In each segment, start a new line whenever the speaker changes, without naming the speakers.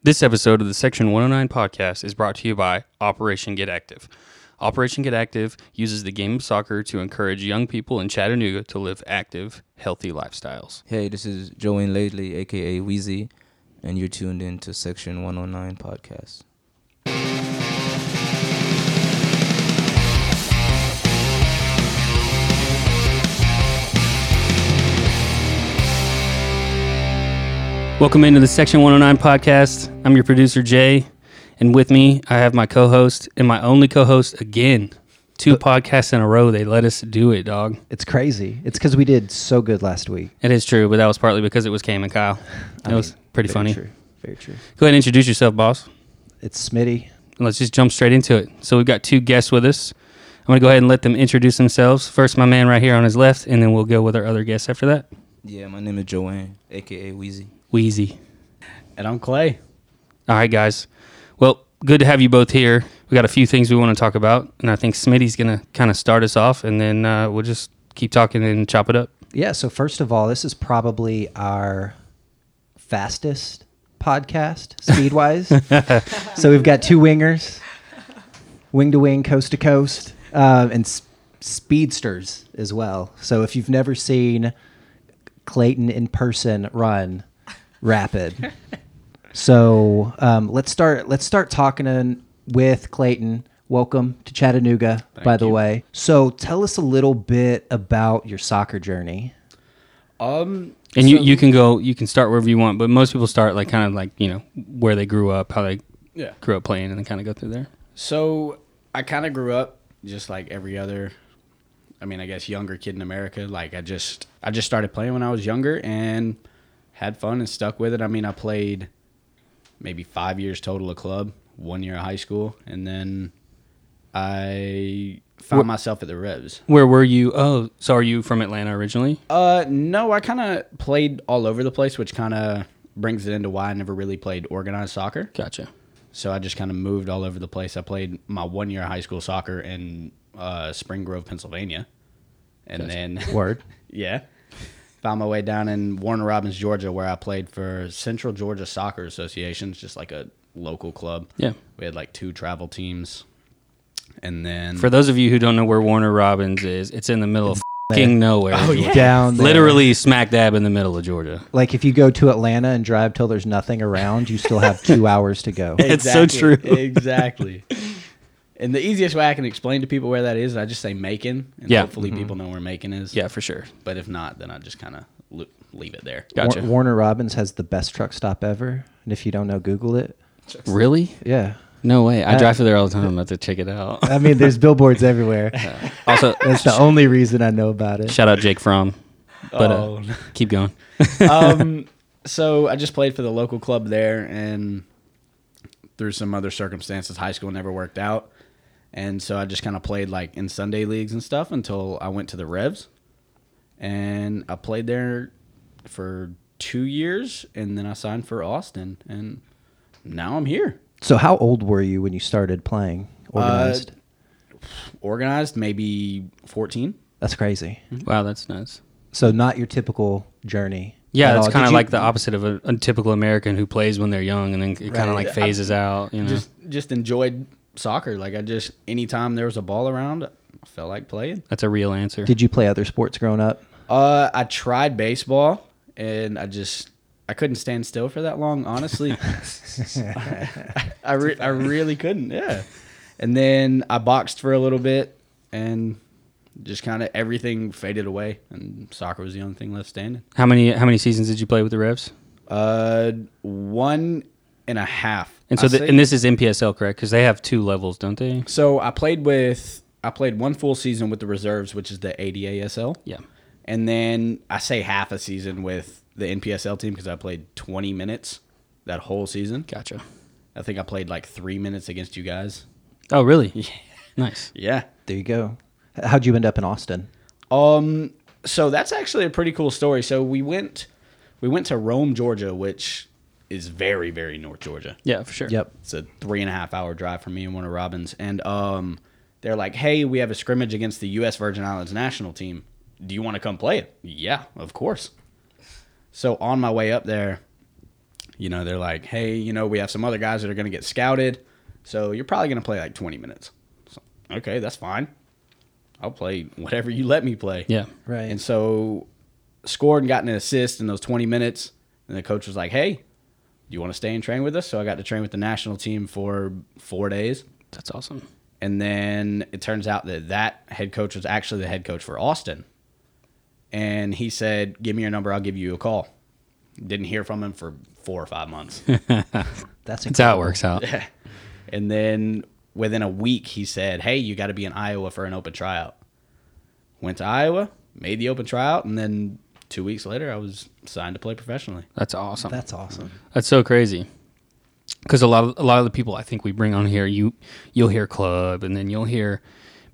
This episode of the Section 109 podcast is brought to you by Operation Get Active. Operation Get Active uses the game of soccer to encourage young people in Chattanooga to live active, healthy lifestyles.
Hey, this is Joanne Laidley, aka Wheezy, and you're tuned in to Section 109 podcast.
Welcome into the Section 109 podcast. I'm your producer, Jay, and with me, I have my co host and my only co host again. Two podcasts in a row, they let us do it, dog.
It's crazy. It's because we did so good last week.
It is true, but that was partly because it was Cam and Kyle. That
mean,
was pretty
very
funny.
True. Very true.
Go ahead and introduce yourself, boss.
It's Smitty.
Let's just jump straight into it. So we've got two guests with us. I'm gonna go ahead and let them introduce themselves. First, my man right here on his left, and then we'll go with our other guest after that.
Yeah, my name is Joanne, aka Wheezy.
Wheezy.
And I'm Clay.
All right, guys. Well, good to have you both here. We got a few things we want to talk about, and I think Smitty's gonna kind of start us off, and then uh, we'll just keep talking and chop it up.
Yeah. So first of all, this is probably our fastest podcast speed wise. so we've got two wingers, wing to wing, coast to coast, uh, and s- speedsters as well. So if you've never seen Clayton in person run rapid, so um, let's start. Let's start talking in, with Clayton. Welcome to Chattanooga, by the way. So tell us a little bit about your soccer journey.
Um,
And you,
so-
you can go, you can start wherever you want, but most people start like kind of like you know where they grew up, how they
yeah.
grew up playing, and then kind of go through there.
So I kind of grew up just like every other, I mean, I guess younger kid in America. Like I just, I just started playing when I was younger and had fun and stuck with it. I mean, I played maybe five years total of club, one year of high school, and then I found
What-
myself at the Revs.
Where were you? Oh, so are you from Atlanta originally?
Uh, no, I kind of played all over the place, which kind of brings it into why I never really played organized soccer.
Gotcha.
So I just kind of moved all over the place. I played my one year of high school soccer in uh, Spring Grove, Pennsylvania, and then
Word.
yeah, found my way down in Warner Robins, Georgia, where I played for Central Georgia Soccer Association, it's just like a local club.
Yeah.
we had like two travel teams, and then
For those of you who don't know where Warner Robins is, it's in the middle of fucking nowhere. Oh,
Down there.
Literally smack dab in the middle of Georgia.
Like if you go to Atlanta and drive till there's nothing around, you still have two hours to go.
It's so true.
exactly. And the easiest way I can explain to people where that is, I just say Macon, and
Yeah. Mm-hmm.
hopefully people know where Macon is.
Yeah, for sure.
But if not, then I just kind of lo- leave it there.
Wa-
Gotcha.
Warner Robins has the best truck stop ever, and if you don't know, Google it.
Really?
Yeah,
No way. I drive through there all the time. I'm about to check it out.
I mean, there's billboards everywhere.
Also,
That's the only reason I know about it.
shout out Jake Fromm. But uh, keep going.
um, so I just played for the local club there, and through some other circumstances, high school never worked out, and so I just kind of played like in Sunday leagues and stuff until I went to the Revs, and I played there for two years, and then I signed for Austin, and now I'm here,
So, how old were you when you started playing
Uh,
organized?
organized, maybe fourteen.
That's crazy.
Wow, that's nuts.
So, not your typical journey.
Yeah,
at
that's
all.
kind
Did
of
you-
like the opposite of a, a typical American who plays when they're young and then it kind of
Right.
like phases out. You know,
Just just enjoyed soccer. Like I just anytime there was a ball around, I felt like playing.
that's a real answer.
Did you play other sports growing up?
Uh, I tried baseball, and I just I couldn't stand still for that long. Honestly, I re- I really couldn't. Yeah, and then I boxed for a little bit, and just kind of everything faded away, and soccer was the only thing left standing.
how many how many seasons did you play with the Revs?
Uh, one and a half.
And so,
I
the,
say-
and this is NPSL, correct? Because they have two levels, don't they?
so I played with I played one full season with the reserves, which is the ADASL.
Yeah.
And then I say half a season with the NPSL team because I played 20 minutes that whole season.
Gotcha.
I think I played like three minutes against you guys.
Oh, really? Yeah. Nice.
Yeah.
There you go. H- How'd you end up in Austin?
Um. So that's actually a pretty cool story. So we went, we went to Rome, Georgia, which is very, very North Georgia.
Yeah, for sure.
Yep.
It's a three and a half hour drive from me and Warner Robins. And um, they're like, hey, we have a scrimmage against the U.S. Virgin Islands national team. Do you want to come play it? Yeah, of course. So on my way up there, You know, they're like, hey, you know, we have some other guys that are going to get scouted, so you're probably going to play like 20 minutes. So, okay, that's fine. I'll play whatever you let me play.
Yeah.
Right.
And so scored and got an assist in those 20 minutes. And the coach was like, hey, do you want to stay and train with us? So I got to train with the national team for four days.
That's awesome.
And then it turns out that that head coach was actually the head coach for Austin. And he said, give me your number. I'll give you a call. Didn't hear from him for four or five months.
That's
That's how it
incredible.
works out.
And then within a week, he said, "Hey, you got to be in Iowa for an open tryout." Went to Iowa, made the open tryout, and then two weeks later, I was signed to play professionally.
That's awesome.
That's awesome.
That's so crazy. Because a lot of a lot of the people I think we bring on here, you you'll hear club, and then you'll hear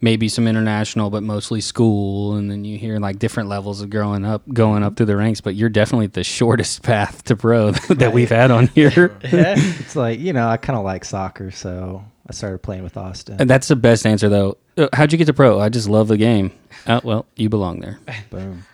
maybe some international, but mostly school, and then you hear like different levels of growing up, going up through the ranks. But you're definitely the shortest path to pro that we've had on here,
It's like, you know, I kind of like soccer, so I started playing with Austin.
and that's the best answer though. Uh, How'd you get to pro? I just love the game. Oh well, you belong there.
Boom.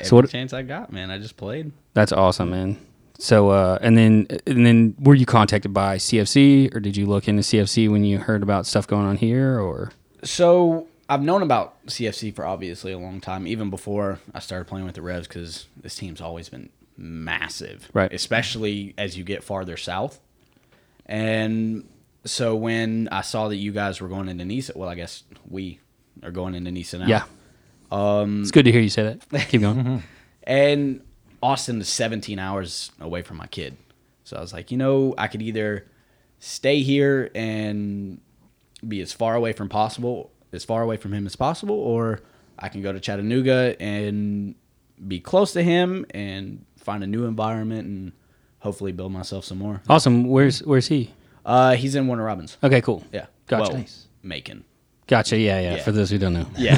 Every
what-
chance I got, man, I just played.
That's awesome, man. So uh, and then and then were you contacted by CFC or did you look into CFC when you heard about stuff going on here or?
So I've known about CFC for obviously a long time, even before I started playing with the Revs, because this team's always been massive,
Right.
Especially as you get farther south. And so when I saw that you guys were going into Nisa, well, I guess we are going into Nisa now.
Yeah. Um, it's good to hear you say that. Keep going.
And Austin is 17 hours away from my kid. So I was like, you know, I could either stay here and be as far away from possible, as far away from him as possible, or I can go to Chattanooga and be close to him and find a new environment and hopefully build myself some more.
awesome. Where's Where's he?
Uh, he's in Warner Robins.
Okay, cool.
Yeah.
Gotcha.
Well,
Nice.
Macon.
Gotcha. Yeah, yeah,
Yeah.
For those who don't know.
Yeah.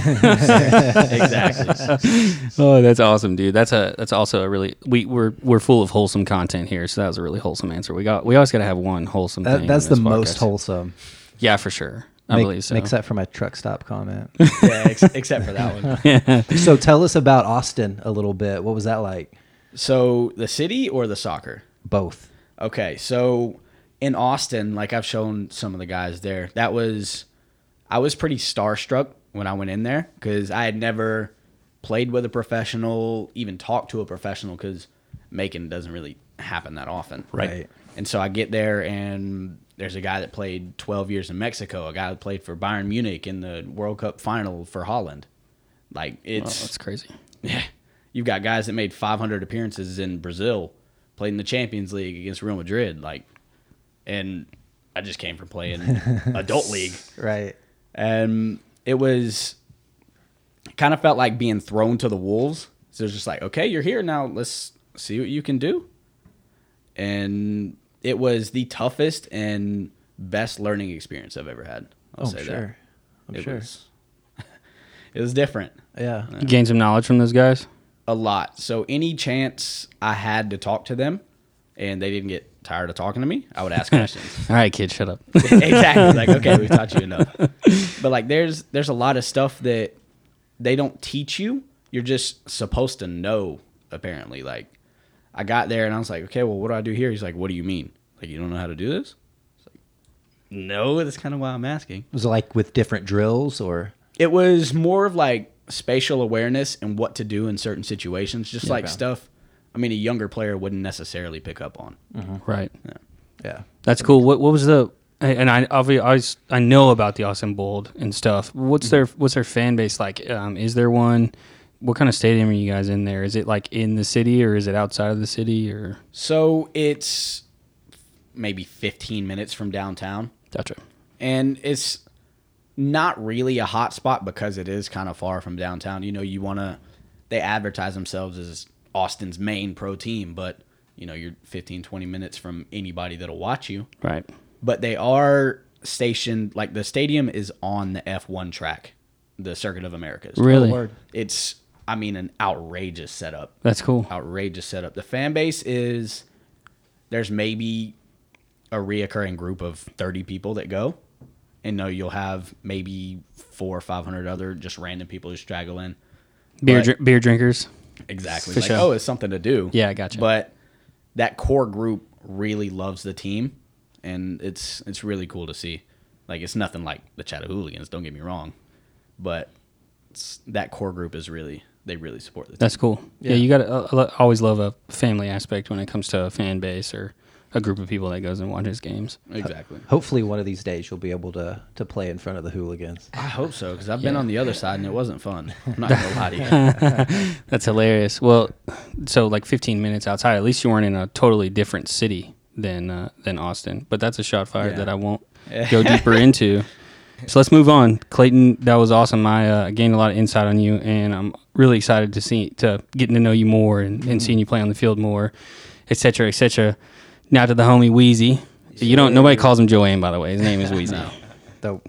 exactly.
Oh, that's awesome, dude. That's a that's also a really we we're we're full of wholesome content here. So that was a really wholesome answer. We got we always got to have one wholesome.
That,
thing
that's
in
the
this
most
podcast.
wholesome.
Yeah, for sure. I
Make-
believe so.
Except for my truck stop comment.
Yeah, ex- except for that one.
so tell us about Austin a little bit. What was that like?
So the city or the soccer?
Both.
Okay, so in Austin, like I've shown some of the guys there, that was I was pretty starstruck when I went in there because I had never played with a professional, even talked to a professional because making doesn't really happen that often,
Right. Right.
And so I get there and there's a guy that played 12 years in Mexico, a guy that played for Bayern Munich in the World Cup final for Holland. Like
Oh,
it's
that's crazy.
yeah. You've got guys that made 500 appearances in Brazil, played in the Champions League against Real Madrid, like, and I just came from playing adult league,
Right.
and it was kind of felt like being thrown to the wolves. So it's just like, okay, you're here now. Let's see what you can do. And it was the toughest and best learning experience I've ever had. I'll
I'm
say
Oh, sure.
that.
I'm
it
sure.
was. It was different
yeah.
You gain some knowledge from those guys.
a lot. So any chance I had to talk to them and they didn't get tired of talking to me, I would ask questions.
All right, kid, shut up.
exactly. Like, okay, we've taught you enough. But like there's there's a lot of stuff that they don't teach you. You're just supposed to know, apparently. Like I got there and I was like, okay, well what do I do here? He's like, What do you mean? Like you don't know how to do this? It's like, no, that's kind of why I'm asking.
Was it like with different drills or?
It was more of like spatial awareness and what to do in certain situations, just like
okay.
stuff. I mean, a younger player wouldn't necessarily pick up on.
right.
Yeah.
That's cool. What what was the and I obviously I know about the Austin Bold and stuff.
Mm-hmm.
What's their what's their fan base like? Um, is there one? What kind of stadium are you guys in there? Is it like in the city or is it outside of the city or?
So it's maybe 15 minutes from downtown,
Gotcha.
and it's not really a hot spot because it is kind of far from downtown. You know, you want to. They advertise themselves as Austin's main pro team, but you know, you're 15, 20 minutes from anybody that'll watch you.
Right.
but they are stationed like the stadium is on the F1 track, the Circuit of Americas.
Really.
word.
It's I mean an outrageous setup.
That's cool.
Outrageous setup. The fan base is there's maybe a reoccurring group of 30 people that go. And no, you'll have maybe four or 500 other just random people who straggle in.
Beer
But-
dr- beer drinkers.
Exactly.
For
like,
sure.
oh, it's something to do.
Yeah, I gotcha.
But that core group really loves the team, and it's it's really cool to see. Like it's nothing like the Chattahooligans. Don't get me wrong, but it's, that core group is really they really support the team.
That's cool. Yeah,
Yeah.
you got to uh, always love a family aspect when it comes to a fan base or a group of people that goes and watches games.
exactly.
Hopefully, one of these days you'll be able to to play in front of the hooligans.
I hope so because I've been
Yeah.
on the other side and it wasn't fun. I'm not gonna lie to you.
That's hilarious. Well, so like 15 minutes outside, at least you weren't in a totally different city than uh, than Austin. But that's a shot fired
Yeah.
that I won't go deeper into. So let's move on, Clayton. That was awesome. I uh, gained a lot of insight on you, and I'm really excited to see to getting to know you more and, and seeing you play on the field more, et cetera, et cetera. Now to the homie Wheezy. You don't. Nobody calls him Joanne, by the way. His name is Wheezy.
Though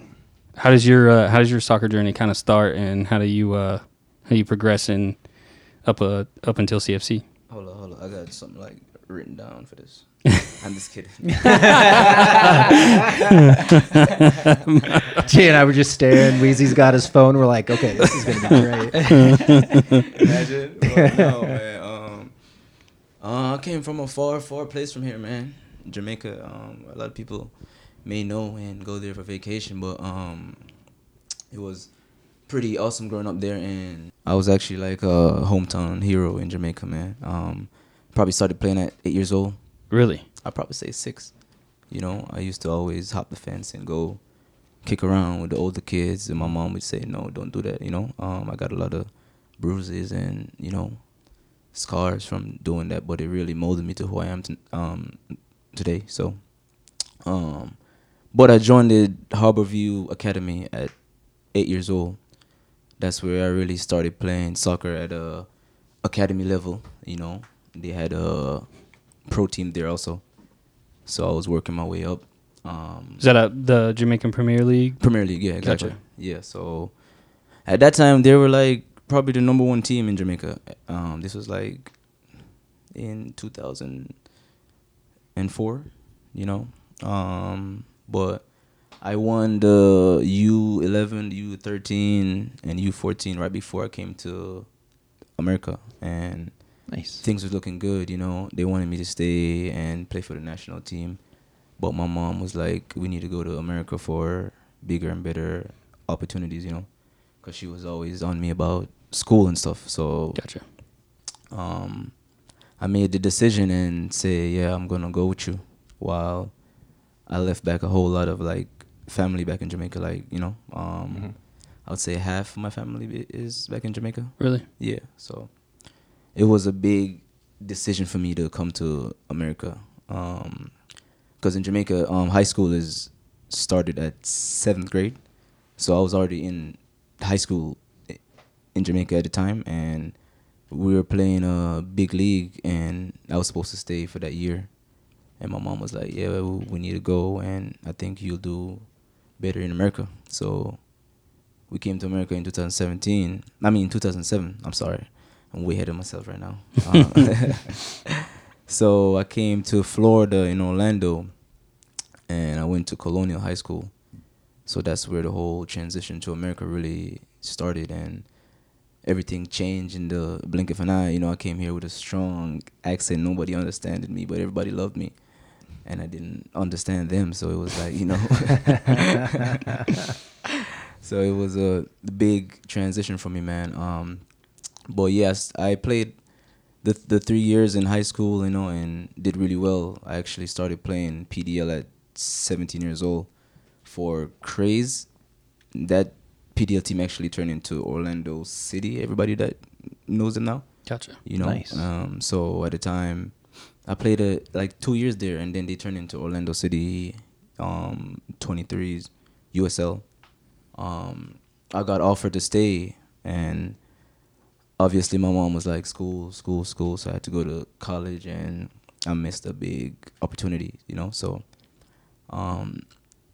How does your uh, how does your soccer journey kind of start, and how do you uh, how do you progress in up uh, up until CFC?
Hold on, hold on. I got something like written down for this. I'm just kidding.
Jay and I were just staring. Wheezy's got his phone. We're like, okay, this is gonna be great.
Imagine. Well, no, man. Um, uh, I came from a far, far place from here, man. Jamaica. Um, a lot of people may know and go there for vacation, but um, it was pretty awesome growing up there, and I was actually like a hometown hero in Jamaica, man. Um, probably started playing at eight years old.
Really?
I'd probably say six. You know, I used to always hop the fence and go kick around with the older kids, and my mom would say, "No, don't do that." You know, um, I got a lot of bruises and you know scars from doing that, but it really molded me to who I am t- um, today. So, um, but I joined the Harborview Academy at eight years old. That's where I really started playing soccer at a academy level. You know, they had a pro team there also, so I was working my way up. Um,
Is that a, the Jamaican Premier League?
Premier League, yeah, gotcha.
Gotcha.
Yeah, so at that time they were like probably the number one team in Jamaica. Um, this was like in 2004, you know. Um, but I won the U11, U13, and U14 right before I came to America, and
Nice.
things was looking good, you know. They wanted me to stay and play for the national team. But my mom was like, we need to go to America for bigger and better opportunities, you know. Because she was always on me about school and stuff. So
Gotcha.
um, I made the decision and say, yeah, I'm going to go with you. While I left back a whole lot of like family back in Jamaica, like, you know. Um, I would say half my family i- is back in Jamaica.
Really?
Yeah, so it was a big decision for me to come to America. Um 'cause because in Jamaica, um, high school is started at seventh grade, so I was already in high school i- in Jamaica at the time, and we were playing a big league, and I was supposed to stay for that year, and my mom was like, "Yeah, we we need to go, and I think you'll do better in America." So we came to America in 2017. I mean, 2007. I'm sorry. I'm way ahead of myself right now. Um, so I came to Florida in Orlando and I went to Colonial High School. So that's where the whole transition to America really started and everything changed in the blink of an eye. You know, I came here with a strong accent. Nobody understood me, but everybody loved me. And I didn't understand them. So it was like, you know. So it was a big transition for me, man. Um, but yes, I played the the three years in high school, you know, and did really well. I actually started playing PDL at 17 years old for Craze. That PDL team actually turned into Orlando City. Everybody that knows it now
Gotcha.
you know.
Nice.
Um, so at the time, I played a, like two years there, and then they turned into Orlando City, um, 23s, USL. Um, I got offered to stay, and obviously my mom was like, school, school, school. So I had to go to college, and I missed a big opportunity, you know. So um,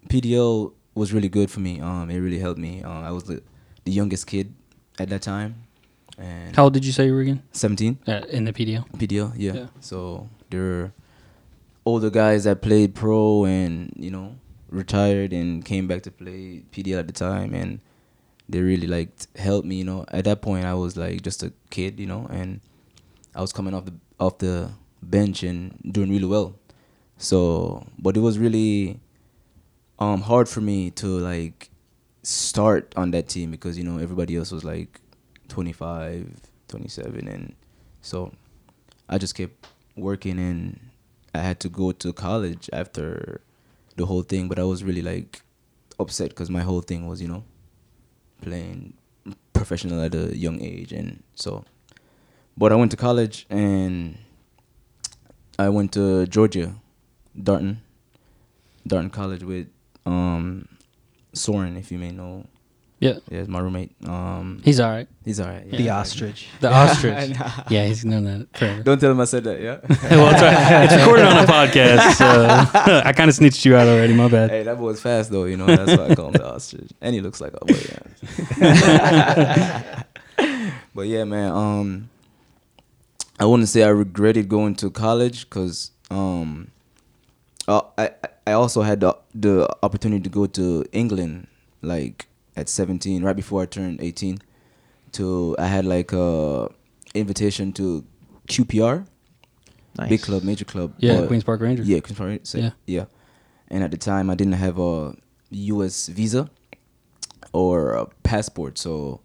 PDL was really good for me. Um, it really helped me. Uh, I was the, the youngest kid at that time, and
How old did you say you were again?
17.
Uh, in the PDL?
PDL, yeah.
Yeah.
So there were older guys that played pro and, you know, retired and came back to play PDL at the time and they really like helped me, you know. At that point I was like just a kid, you know, and I was coming off the off the bench and doing really well. So, but it was really um hard for me to like start on that team because you know everybody else was like 25, 27 and so I just kept working and I had to go to college after the whole thing, but I was really like upset cuz my whole thing was, you know, playing professional at a young age and so but I went to college and I went to Georgia, Darton, Darton College with um, Soren, if you may know.
Yeah.
Yeah, he's my roommate. Um,
He's all right.
he's all right.
The ostrich.
The ostrich. yeah, he's known that forever.
Don't tell him I said that. Yeah.
well, it's, right. it's recorded on a podcast, so I kind of snitched you out already. My bad.
hey, that boy's fast though. You know, that's why I call him the ostrich, and he looks like a boy. Yeah. but yeah, man. Um, I wouldn't say I regretted going to college because um, uh, I I also had the, the opportunity to go to England like at 17, right before I turned 18. To I had like a invitation to QPR,
Nice.
big club, major club.
Yeah,
but-
Queens Park Ranger.
yeah, Queens Park Ranger, so-
Yeah.
yeah. And at the time, I didn't have a U.S. visa or a passport, so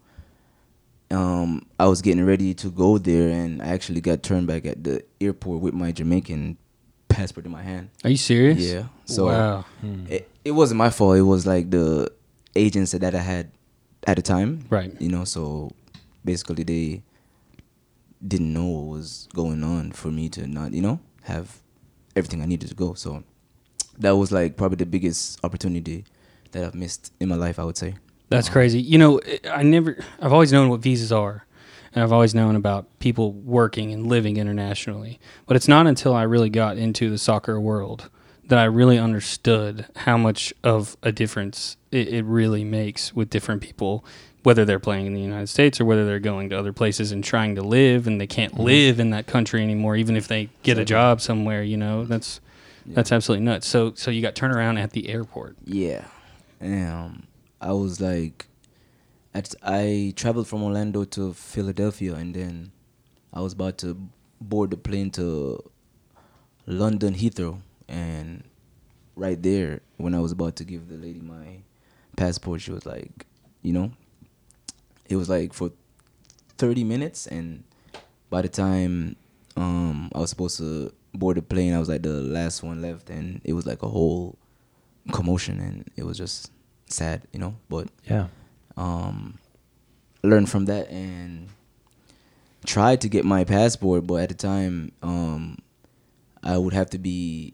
um, I was getting ready to go there, and I actually got turned back at the airport with my Jamaican passport in my hand.
Are you serious?
Yeah. So
wow.
Hmm. it, it wasn't my fault. It was like the agents that I had at the time.
Right.
You know, so basically they didn't know what was going on for me to not, you know, have everything I needed to go. So that was like probably the biggest opportunity that I've missed in my life, I would say.
That's crazy. You know, I- I never, I've always known what visas are, and I've always known about people working and living internationally. But it's not until I really got into the soccer world that I really understood how much of a difference it, it really makes with different people, whether they're playing in the United States or whether they're going to other places and trying to live, and they can't live in that country anymore, even if they get a job somewhere. You know, that's that's absolutely nuts. So, so you got turnaround at the airport.
Yeah. And um, I was like, at, I traveled from Orlando to Philadelphia, and then I was about to board the plane to London Heathrow. And right there, when I was about to give the lady my passport, she was like, you know, it was like for 30 minutes. And by the time um, I was supposed to board the plane, I was like the last one left, and it was like a whole commotion and it was just sad, you know. But
Yeah.
um learned from that and tried to get my passport, but at the time, um I would have to be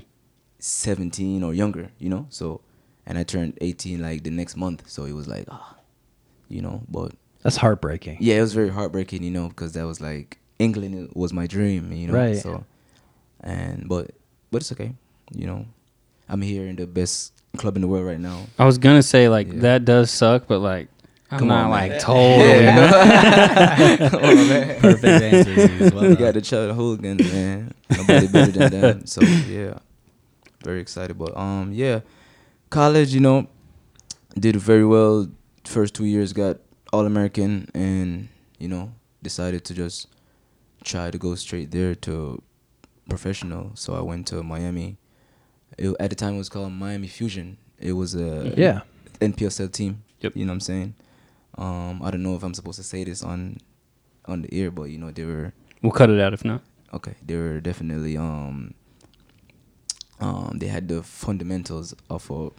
seventeen or younger, you know? So and I turned eighteen like the next month, so it was like ah you know, but
That's heartbreaking.
yeah, it was very heartbreaking, you know, because that was like England was my dream, you know.
Right.
So, and but but it's okay, you know. I'm here in the best club in the world right now.
I was gonna say like
Yeah.
that does suck, but like I'm
Come
not
on, man.
like totally.
Oh, Perfect answer. Zeus. Well
We Oh,
done.
got the Chad Hogan, man. Nobody better than them. So yeah, very excited. But um, yeah, college, you know, did very well. First two years got All American, and you know, decided to just try to go straight there to professional. So I went to Miami. It, at the time, it was called Miami Fusion. It was a
Yeah.
NPSL team.
Yep.
You know what I'm saying? Um, I don't know if I'm supposed to say this on on the air, but you know they were
We'll cut it out if not.
okay. They were definitely um um they had the fundamentals of a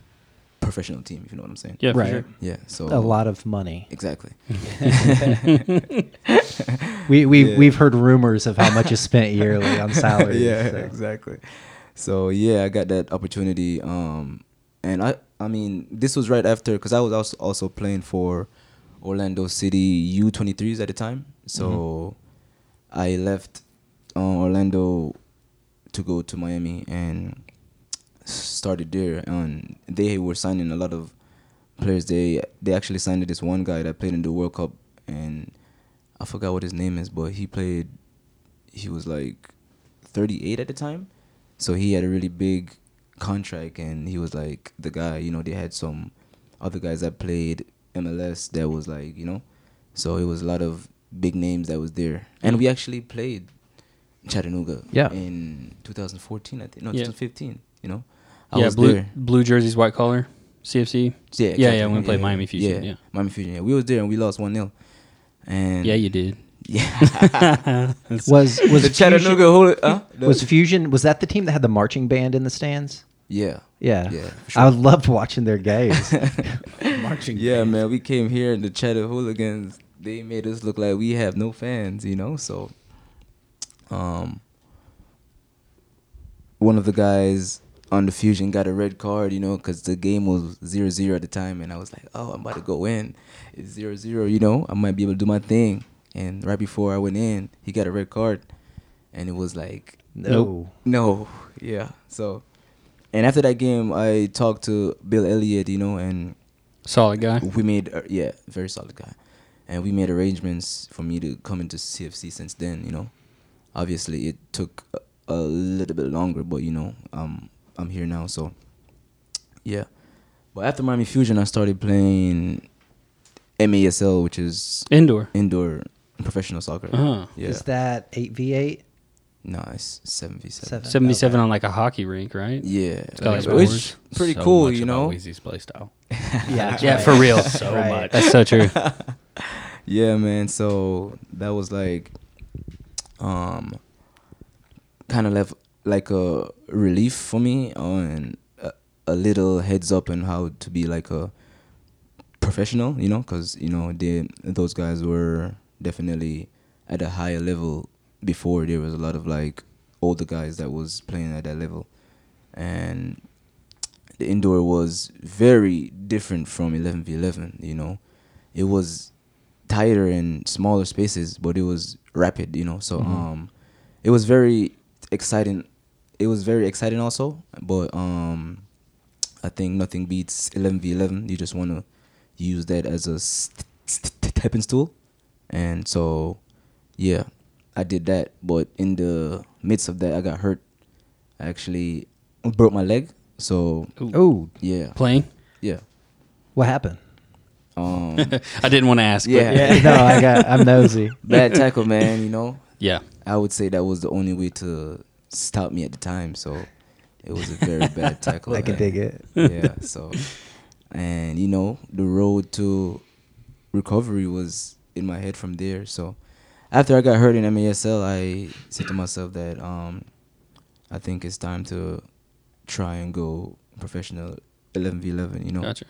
professional team, if you know what I'm saying.
Yeah, for
Right.
sure.
Yeah. So
A lot of money.
Exactly.
We we
Yeah.
we've heard rumors of how much is spent yearly on salaries.
yeah,
so.
exactly. So yeah, I got that opportunity. Um, and I, I mean, this was right after because I was also also playing for Orlando City U twenty threes at the time. So I left uh, Orlando to go to Miami and started there. And they were signing a lot of players. They they actually signed this one guy that played in the World Cup, and I forgot what his name is, but he played. He was like 38 at the time, so he had a really big contract, and he was like the guy. You know, they had some other guys that played MLS that was like you know, so it was a lot of big names that was there, and we actually played Chattanooga
Yeah.
in 2014, I think, no,
Yeah.
2015. You know, I
yeah,
was
blue
there.
blue jerseys, white collar, CFC.
Yeah,
yeah,
exactly.
yeah. When we played Miami Fusion, yeah. yeah,
Miami Fusion. Yeah, we was there and we lost one 0 And
you did.
yeah.
Was was
the
Fusion,
Chattanooga Holy, huh?
was Fusion was that the team that had the marching band in the stands?
yeah,
Yeah,
yeah, for
I loved watching their games.
Marching.
yeah, man. We came here and the Chattanooga Hooligans. They made us look like we have no fans, you know. So, um, one of the guys on the Fusion got a red card, you know, because the game was zero zero at the time, and I was like, oh, I'm about to go in. It's zero zero, you know. I might be able to do my thing. And right before I went in, he got a red card, and it was like
no,
No, yeah. So, and after that game, I talked to Bill Elliott, you know, and
Solid guy.
we made uh, yeah, very solid guy, and we made arrangements for me to come into CFC. Since then, you know, obviously it took a, a little bit longer, but you know, um, I'm here now, so yeah. But after Miami Fusion, I started playing MASL, which is
Indoor.
indoor professional soccer.
Uh-huh.
Yeah,
is that eight v eight?
no, it's seven v seven.
Seven.
Seventy-seven on like a hockey rink, right?
Yeah,
got,
which
like, boards.
pretty
So
cool,
much
you
about
know.
Weezy's play style.
Yeah, that's
Yeah,
right.
for real.
So
Right.
much.
That's so true.
Yeah, man. So that was like, um, kind of left like a relief for me on a, a little heads up on how to be like a professional, you know, because you know they those guys were definitely at a higher level before. There was a lot of like older guys that was playing at that level, and the indoor was very different from 11v11 you know it was tighter and smaller spaces but it was rapid you know so um it was very exciting it was very exciting also but um i think nothing beats 11v11 you just want to use that as a st- st- stepping stool and so yeah i did that but in the midst of that i got hurt i actually broke my leg so
Oh,
yeah.
Playing.
Yeah.
what happened?
Um,
I didn't want to ask.
Yeah.
Yeah.
no, I got. I'm nosy.
bad tackle, man. You know,
yeah.
I would say that was the only way to stop me at the time. So it was a very bad tackle.
I can dig it.
Yeah. So, and you know, the road to recovery was in my head from there. So after I got hurt in MASL, I said to myself that um, I think it's time to try and go professional 11v11. You know.
Gotcha.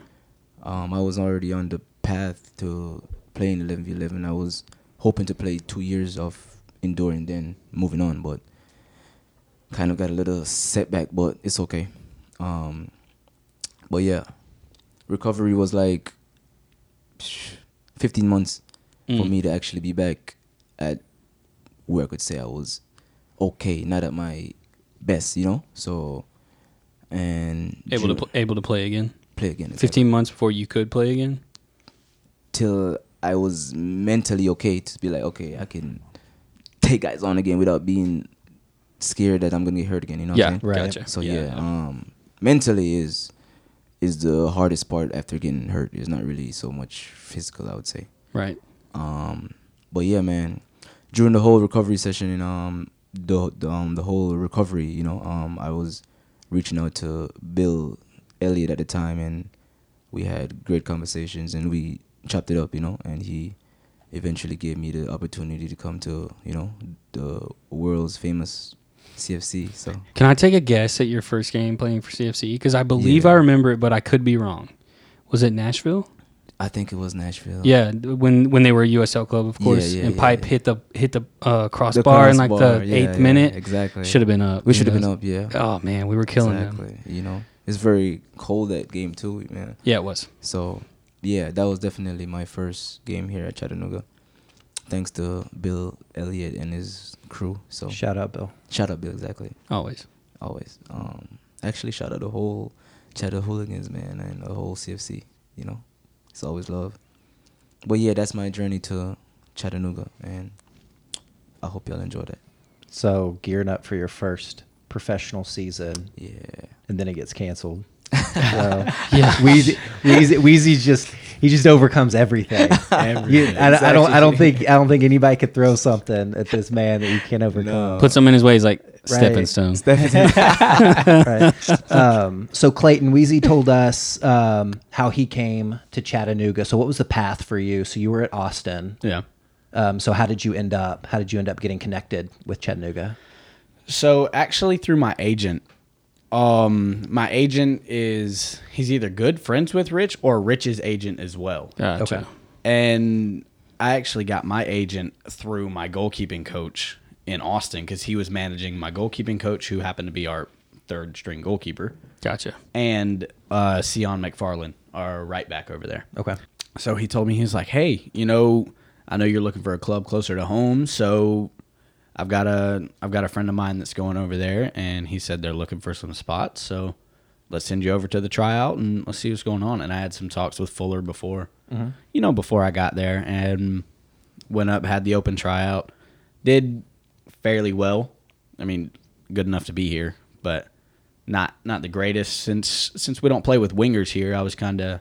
um, I was already on the path to playing 11v11. I was hoping to play two years of indoor and then moving on, but kind of got a little setback, but it's okay. Um, but yeah, recovery was like 15 months for
Mm.
me to actually be back at where I could say I was okay, not at my best, you know? So, and
Able to
Ju-
pl- able to play again.
play again. exactly.
Fifteen months before you could play again.
till I was mentally okay to be like, okay, I can take guys on again without being scared that I'm gonna get hurt again. You know? What
yeah.
I'm saying?
Right.
Gotcha.
So yeah, um, mentally is is the hardest part after getting hurt. It's not really so much physical, I would say.
Right.
Um, but yeah, man, during the whole recovery session and um, the, the um the whole recovery, you know, um, I was reaching out to Bill Elliott at the time, and we had great conversations, and we chopped it up, you know, and he eventually gave me the opportunity to come to you know the world's famous CFC. So
Can I take a guess at your first game playing for CFC? Because I believe
Yeah.
I remember it, but I could be wrong. Was it Nashville?
I think it was Nashville.
Yeah, d- when when they were a USL club, of
Yeah,
course.
yeah,
and
yeah,
Pipe
yeah.
hit the hit the uh,
The
crossbar, in like the
crossbar, yeah,
eighth
yeah,
minute.
Exactly.
Should have been up.
we
you
should have
know?
been up. Yeah.
Oh man, we were killing them.
exactly. You know, it's very cold that game too, man.
Yeah, it was.
So yeah, that was definitely my first game here at Chattanooga. Thanks to Bill Elliott and his crew. So
Shout out, Bill.
shout out Bill exactly.
Always.
Always. Um actually shout out the whole Chatter Hooligans, man, and the whole CFC, you know. It's always love. But yeah, that's my journey to Chattanooga and I hope y'all enjoyed it.
So gearing up for your first professional season,
Yeah.
and then it gets canceled. So
Yeah.
Wheezy, Wheezy, Wheezy's just he just overcomes everything. You-
Everything.
I, I don't. I don't think. I don't think anybody could throw something at this man that you can't
Uh,
overcome.
Puts him in his way. He's like stepping
Right.
stone.
Right. Um, so Clayton Weezy told us um, how he came to Chattanooga. So what was the path for you? So you were at Austin.
Yeah.
Um, so how did you end up? How did you end up getting connected with Chattanooga?
So actually, through my agent, um, my agent is he's either good friends with Rich or Rich's agent as well.
Gotcha.
Okay.
And I actually got my agent through my goalkeeping coach in Austin because he was managing my goalkeeping coach, who happened to be our third string goalkeeper,
Gotcha.
and uh, Sion McFarland, our right back over there.
Okay.
So he told me he was like, "Hey, you know, I know you're looking for a club closer to home, so I've got a I've got a friend of mine that's going over there, and he said they're looking for some spots, so let's send you over to the tryout and let's see what's going on." And I had some talks with Fuller before, you know, before I got there, and went up, had the open tryout, did fairly well. I mean, good enough to be here, but not not the greatest since since we don't play with wingers here. I was kind of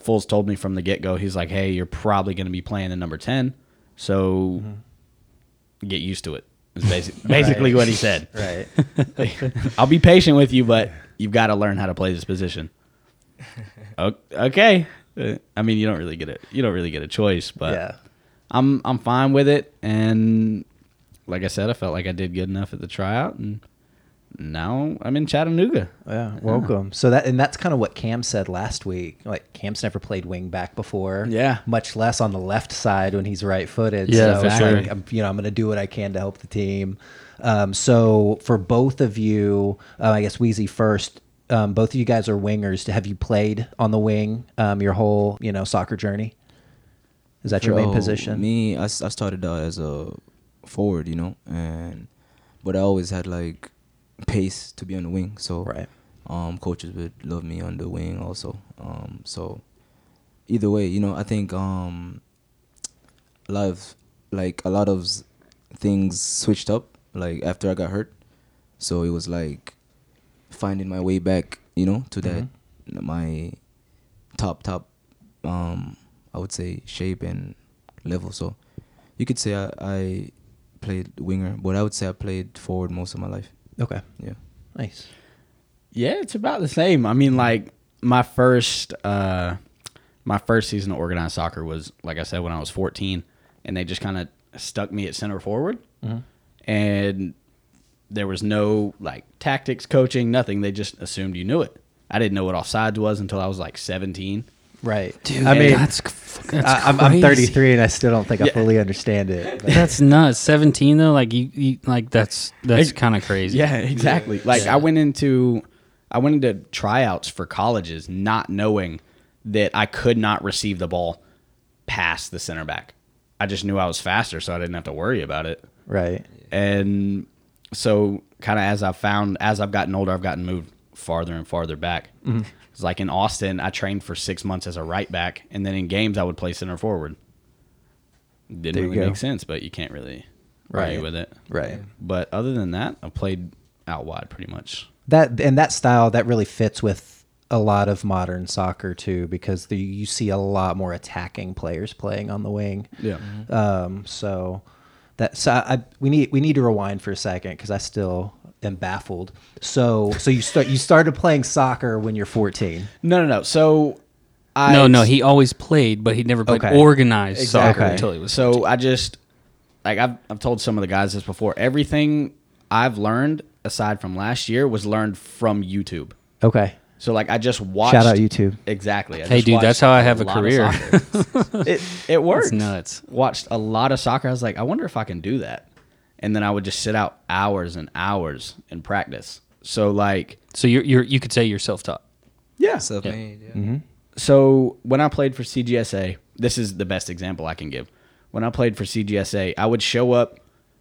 Foles told me from the get go, he's like, hey, you're probably going to be playing the number 10. So get used to it, is basi- basically what he said.
Right.
I'll be patient with you, but you've got to learn how to play this position. O- okay. Uh, I mean, you don't really get it. You don't really get a choice, but
yeah.
I'm I'm fine with it. And like I said, I felt like I did good enough at the tryout, and now I'm in Chattanooga.
Yeah, welcome. So that and that's kind of what Cam said last week. Like Cam's never played wing back before.
Yeah.
much less on the left side when he's right footed.
Yeah,
so
for
it's
sure.
like, I'm, you know, I'm going to do what I can to help the team. Um, so for both of you, uh, I guess Wheezy first. Um, both of you guys are wingers. Have you played on the wing um, your whole you know soccer journey? Is that your main
Oh,
position?
Me, I, s- I started out as a forward, you know, and but I always had like pace to be on the wing. So
Right.
um, coaches would love me on the wing also. Um, so either way, you know, I think um, a lot of like a lot of s- things switched up like after I got hurt. So it was like finding my way back, you know, to that
Mm-hmm.
my top top um I would say shape and level. So you could say I, I played winger, but I would say I played forward most of my life.
Okay,
Yeah.
nice.
Yeah, it's about the same. I mean, like my first uh my first season of organized soccer was like I said when I was 14 and they just kind of stuck me at center forward. And there was no like tactics coaching, nothing. They just assumed you knew it. I didn't know what offsides was until I was like 17.
Right.
Dude,
I mean,
that's, that's
I, I'm, I'm
crazy.
33 and I still don't think I fully understand it. but-
That's nuts. Seventeen though, like you, you like that's that's kind of crazy.
Yeah, exactly. Like I went into I went into tryouts for colleges not knowing that I could not receive the ball past the center back. I just knew I was faster, so I didn't have to worry about it.
right.
And so kind of as I've found as I've gotten older, I've gotten moved farther and farther back.
Mm-hmm.
It's like in Austin, I trained for six months as a right back, and then in games I would play center forward. Didn't
There you
really
go.
make sense, but you can't really argue
Right.
with it.
Right.
But other than that, I played out wide pretty much.
that and that style that really fits with a lot of modern soccer too because the, you see a lot more attacking players playing on the wing
Yeah.
um so that so I, we need we need to rewind for a second because i still am baffled so so you start you started playing soccer when you're 14
No, no, no. So I
No, no, he always played, but he never played
Okay.
organized
Exactly.
soccer until he was.
So I just like I've I've told some of the guys this before. Everything I've learned aside from last year was learned from YouTube.
okay
So like I just watched
Shout out YouTube.
Exactly. I
Hey,
just
dude,
watched
that's how I have a
lot of
career.
soccer. it it works.
nuts.
Watched a lot of soccer. I was like, I wonder if I can do that. And then I would just sit out hours and hours and practice. So like
So you're, you're you could say you're self taught.
yeah. Mm,
Self made, yeah.
so when I played for CGSA, this is the best example I can give. When I played for CGSA, I would show up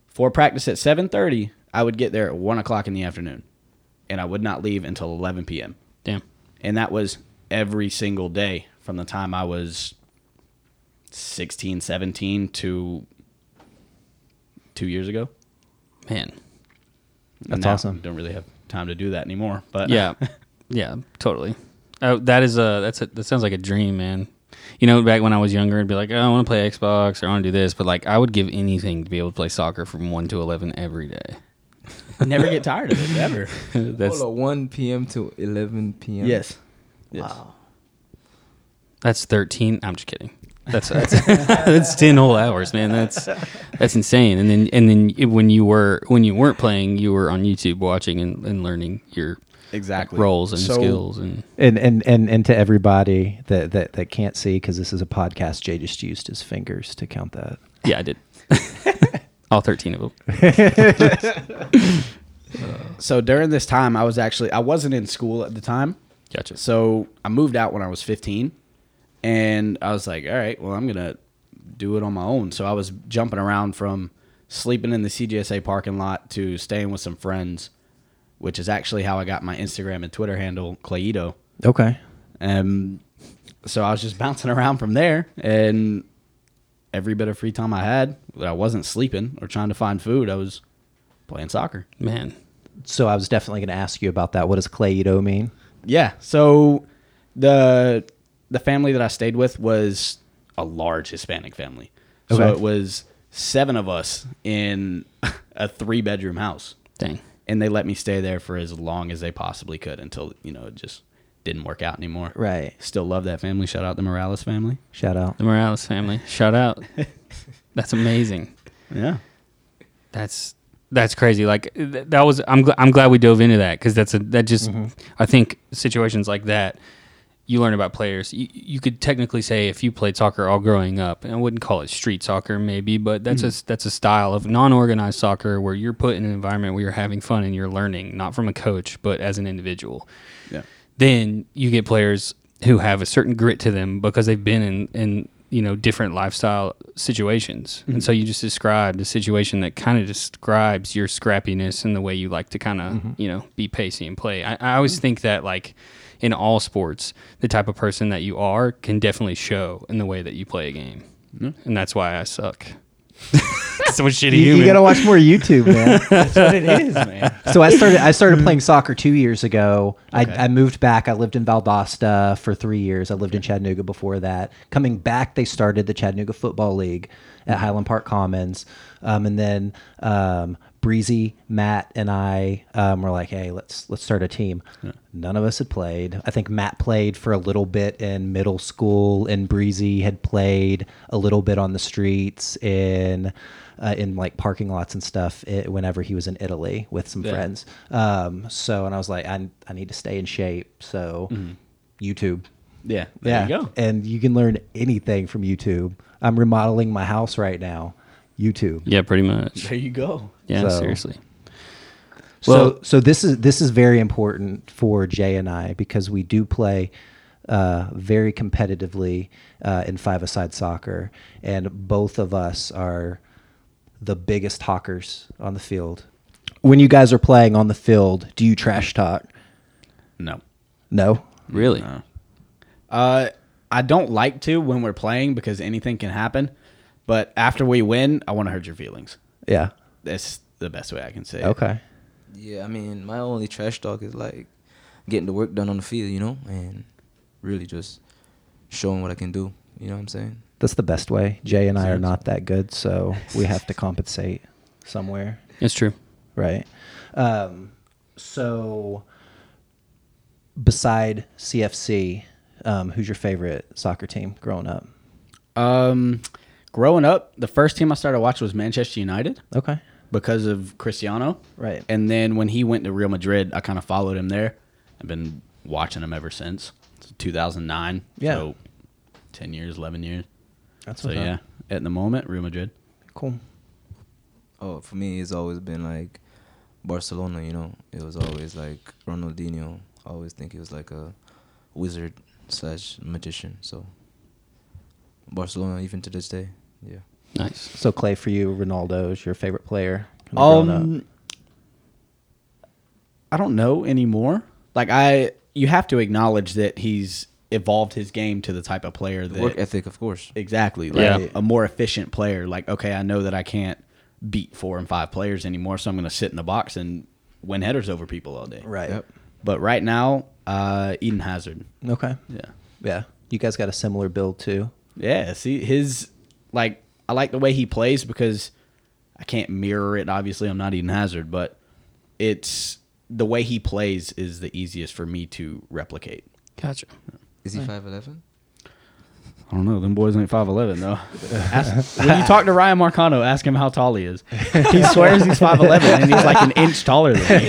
for practice at seven thirty. I would get there at one o'clock in the afternoon, and I would not leave until eleven p.m.
Damn.
And that was every single day from the time I was 16, 17 to two years ago.
Man.
That's
awesome.
Don't really have time to do that anymore, but
Yeah. yeah, totally. Oh, that is a that's a, that sounds like a dream, man. You know, back when I was younger, I'd be like, oh, I want to play Xbox or I want to do this, but like I would give anything to be able to play soccer from one to eleven every day.
Never get tired of it ever.
that's
Hold on, 1 p.m. to 11 p.m.
Yes. Yes.
that's thirteen. I'm just kidding. That's that's, that's ten whole hours, man. That's that's insane. And then and then it- when you were when you weren't playing, you were on YouTube watching and, and learning your
Exactly.
roles and
So-
skills and
And and and, and to everybody that that, that can't see because this is a podcast, Jay just used his fingers to count that.
yeah, I did all thirteen of them.
So during this time, I was actually I wasn't in school at the time.
Gotcha.
So I moved out when I was 15, and I was like, all right, well, I'm gonna do it on my own. So I was jumping around from sleeping in the CGSA parking lot to staying with some friends, which is actually how I got my Instagram and Twitter handle, Clayito.
Okay.
Um, so I was just bouncing around from there, and every bit of free time I had, that I wasn't sleeping or trying to find food, I was playing soccer.
Man,
So I was definitely going to ask you about that. What does Clayito mean?
Yeah. So the the family that I stayed with was a large Hispanic family. So
Okay.
it was seven of us in a three bedroom house.
dang.
And they let me stay there for as long as they possibly could until, you know, it just didn't work out anymore.
Right.
Still love that family. Shout out the Morales family.
Shout out.
The Morales family. Shout out. That's amazing.
Yeah.
That's that's crazy. Like th- that was. I'm gl- I'm glad we dove into that because that's a that just. I think situations like that, you learn about players. You, you could technically say if you played soccer all growing up, and I wouldn't call it street soccer maybe, but that's a that's a style of non-organized soccer where you're put in an environment where you're having fun and you're learning, not from a coach, but as an individual
Yeah.
then you get players who have a certain grit to them because they've been in, in you know different lifestyle situations
Mm-hmm.
and so you just described a situation that kind of describes your scrappiness and the way you like to kind of
Mm-hmm.
you know be pacey and play I, I always think that like in all sports the type of person that you are can definitely show in the way that you play a game and that's why i suck so shitty
You,
human
you got to watch more YouTube, man.
It is, man.
so I started I started playing soccer two years ago. I, I moved back. I lived in Valdosta for three years. I lived in Chattanooga before that. Coming back, they started the Chattanooga Football League
Mm-hmm.
at Highland Park Commons, um, and then um, Breezy, Matt, and I um, were like, "Hey, let's let's start a team." None of us had played. I think Matt played for a little bit in middle school, and Breezy had played a little bit on the streets in uh, in like parking lots and stuff it, whenever he was in Italy with some friends. Um, so, and I was like, I, I need to stay in shape. So, YouTube.
Yeah. Mm-hmm. There you go.
And you can learn anything from YouTube. I'm remodeling my house right now. YouTube.
yeah pretty much
There you go.
yeah
So-
seriously
so, so this is this is very important for Jay and I because we do play uh, very competitively uh, in five-a-side soccer, and both of us are the biggest talkers on the field. When you guys are playing on the field, do you trash talk?
No.
No.
really
Uh, I don't like to when we're playing because anything can happen. But after we win, I want to hurt your feelings.
Yeah.
That's the best way I can say. it.
Okay.
Yeah, I mean, my only trash talk is like getting the work done on the field, you know, and really just showing what I can do. You know what I'm saying?
That's the best way. Jay and I are not that good, so we have to compensate somewhere.
it's true
right? Um, so, beside CFC, um, who's your favorite soccer team growing up?
Um, growing up, the first team I started watching was Manchester United
Okay,
because of Cristiano.
Right.
And then when he went to Real Madrid, I kind of followed him there. I've been watching him ever since. It's 2009.
Yeah.
So 10 years, 11 years.
that's
so
what's up.
yeah, at the moment, Real Madrid.
cool.
Oh, for me, it's always been like Barcelona. You know, it was always like Ronaldinho. I always think he was like a wizard slash magician. So Barcelona, even to this day, yeah.
nice
So Clay, for you, Ronaldo is your favorite player. kinda growing up?
Um, I don't know anymore. Like I, you have to acknowledge that he's evolved his game to the type of player that
Work ethic, of course.
exactly,
Yeah.
like a more efficient player. Like okay, I know that I can't beat four and five players anymore, so I'm going to sit in the box and win headers over people all day.
right.
Yep.
But right now, uh, Eden Hazard.
Okay.
Yeah.
Yeah. You guys got a similar build too.
Yeah, see his like I like the way he plays because I can't mirror it. Obviously, I'm not Eden Hazard, but it's the way he plays is the easiest for me to replicate.
Gotcha.
Is he five eleven?
I don't know. Them boys ain't five eleven though. Ask, when you talk to Ryan Marcano, ask him how tall he is. He swears he's five eleven and he's like an inch taller than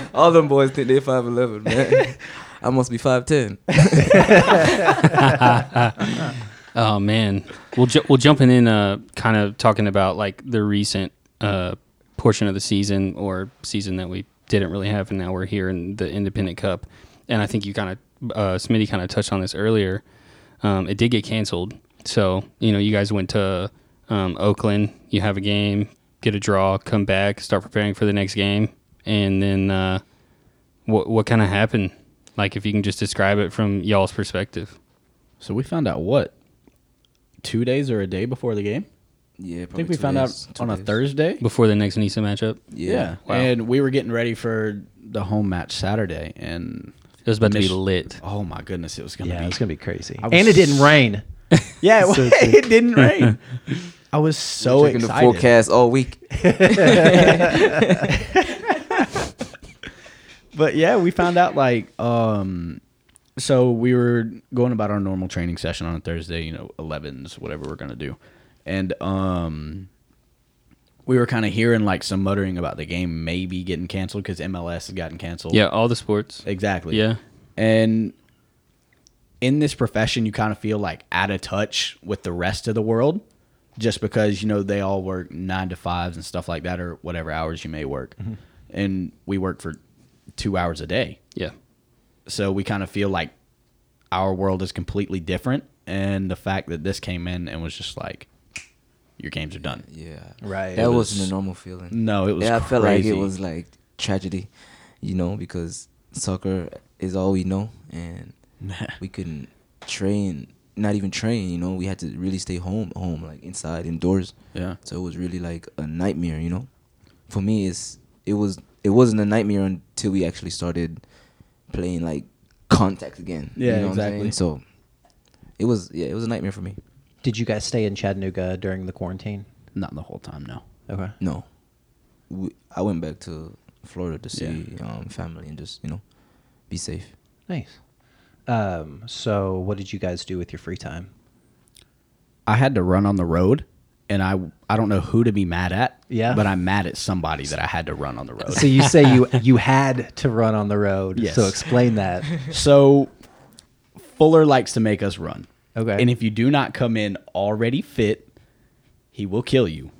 me.
All them boys think they're five eleven, man. I must be five ten.
Oh man, we'll ju- we'll jumping in, uh, kind of talking about like the recent uh, portion of the season or season that we didn't really have, and now we're here in the Independent Cup. And I think you kind of, uh, Smitty kind of touched on this earlier. Um, it did get canceled, so you know you guys went to um, Oakland. You have a game, get a draw, come back, start preparing for the next game, and then uh, what what kind of happened? Like if you can just describe it from y'all's perspective.
So we found out what two days or a day before the game.
Yeah,
I think we found out on a Thursday.
Before the next Nisa matchup,
Yeah.
Wow.
And we were getting ready for the home match Saturday and
it was about to be
Mich-
lit.
Oh my goodness, it was gonna
Yeah,
be
it's gonna be crazy.
I was
And it didn't rain.
Yeah, it, was- it didn't rain. I was so
Checking the
excited.
forecast all week.
But yeah, we found out like um so we were going about our normal training session on a Thursday, you know, 11s, whatever we're going to do. And um we were kind of hearing like some muttering about the game maybe getting canceled cuz MLS has gotten canceled.
Yeah, all the sports.
Exactly.
Yeah.
And in this profession, you kind of feel like out of touch with the rest of the world just because, you know, they all work nine to fives and stuff like that or whatever hours you may work. And we work for two hours a day.
Yeah.
So we kind of feel like our world is completely different. And the fact that this came in and was just like, your games are done.
Yeah.
Right.
That
It
wasn't
was-
a normal feeling.
No, it was
Yeah, I felt like it
crazy.
was like tragedy, you know, because soccer is all we know, and we couldn't train, not even train. You know, we had to really stay home, home, like inside, indoors.
Yeah.
So it was really like a nightmare, you know. For me, it's it was it wasn't a nightmare until we actually started playing like contact again. you
Yeah,
know what I'm saying?
exactly.
So it was yeah, it was a nightmare for me.
Did you guys stay in Chattanooga during the quarantine?
Not the whole time, no.
Okay.
No, we, I went back to Florida to see um, family and just you know be safe.
Nice. Um, so what did you guys do with your free time?
I had to run on the road, and I I don't know who to be mad at.
Yeah.
But I'm mad at somebody that I had to run on the road.
So you say you you had to run on the road.
Yes.
So explain that.
so Fuller likes to make us run.
Okay.
And if you do not come in already fit, he will kill you.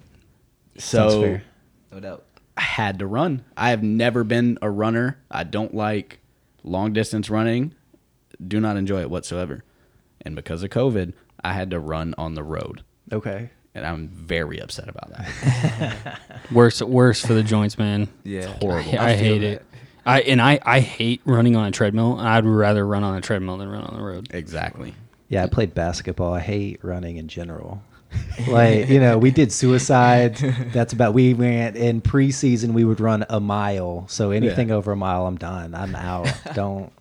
Sounds
So
fair.
No doubt.
I had to run. I have never been a runner. I don't like long distance running. Do not enjoy it whatsoever. And because of COVID, I had to run on the road.
Okay.
And I'm very upset about that.
Worse worse for the joints, man.
Yeah,
I, I hate it. I and I, I hate running on a treadmill. I'd rather run on a treadmill than run on the road.
exactly.
Yeah, I played basketball. I hate running in general. like, you know, we did suicide. That's about we went in preseason we would run a mile. So anything over a mile, I'm done. I'm out. Don't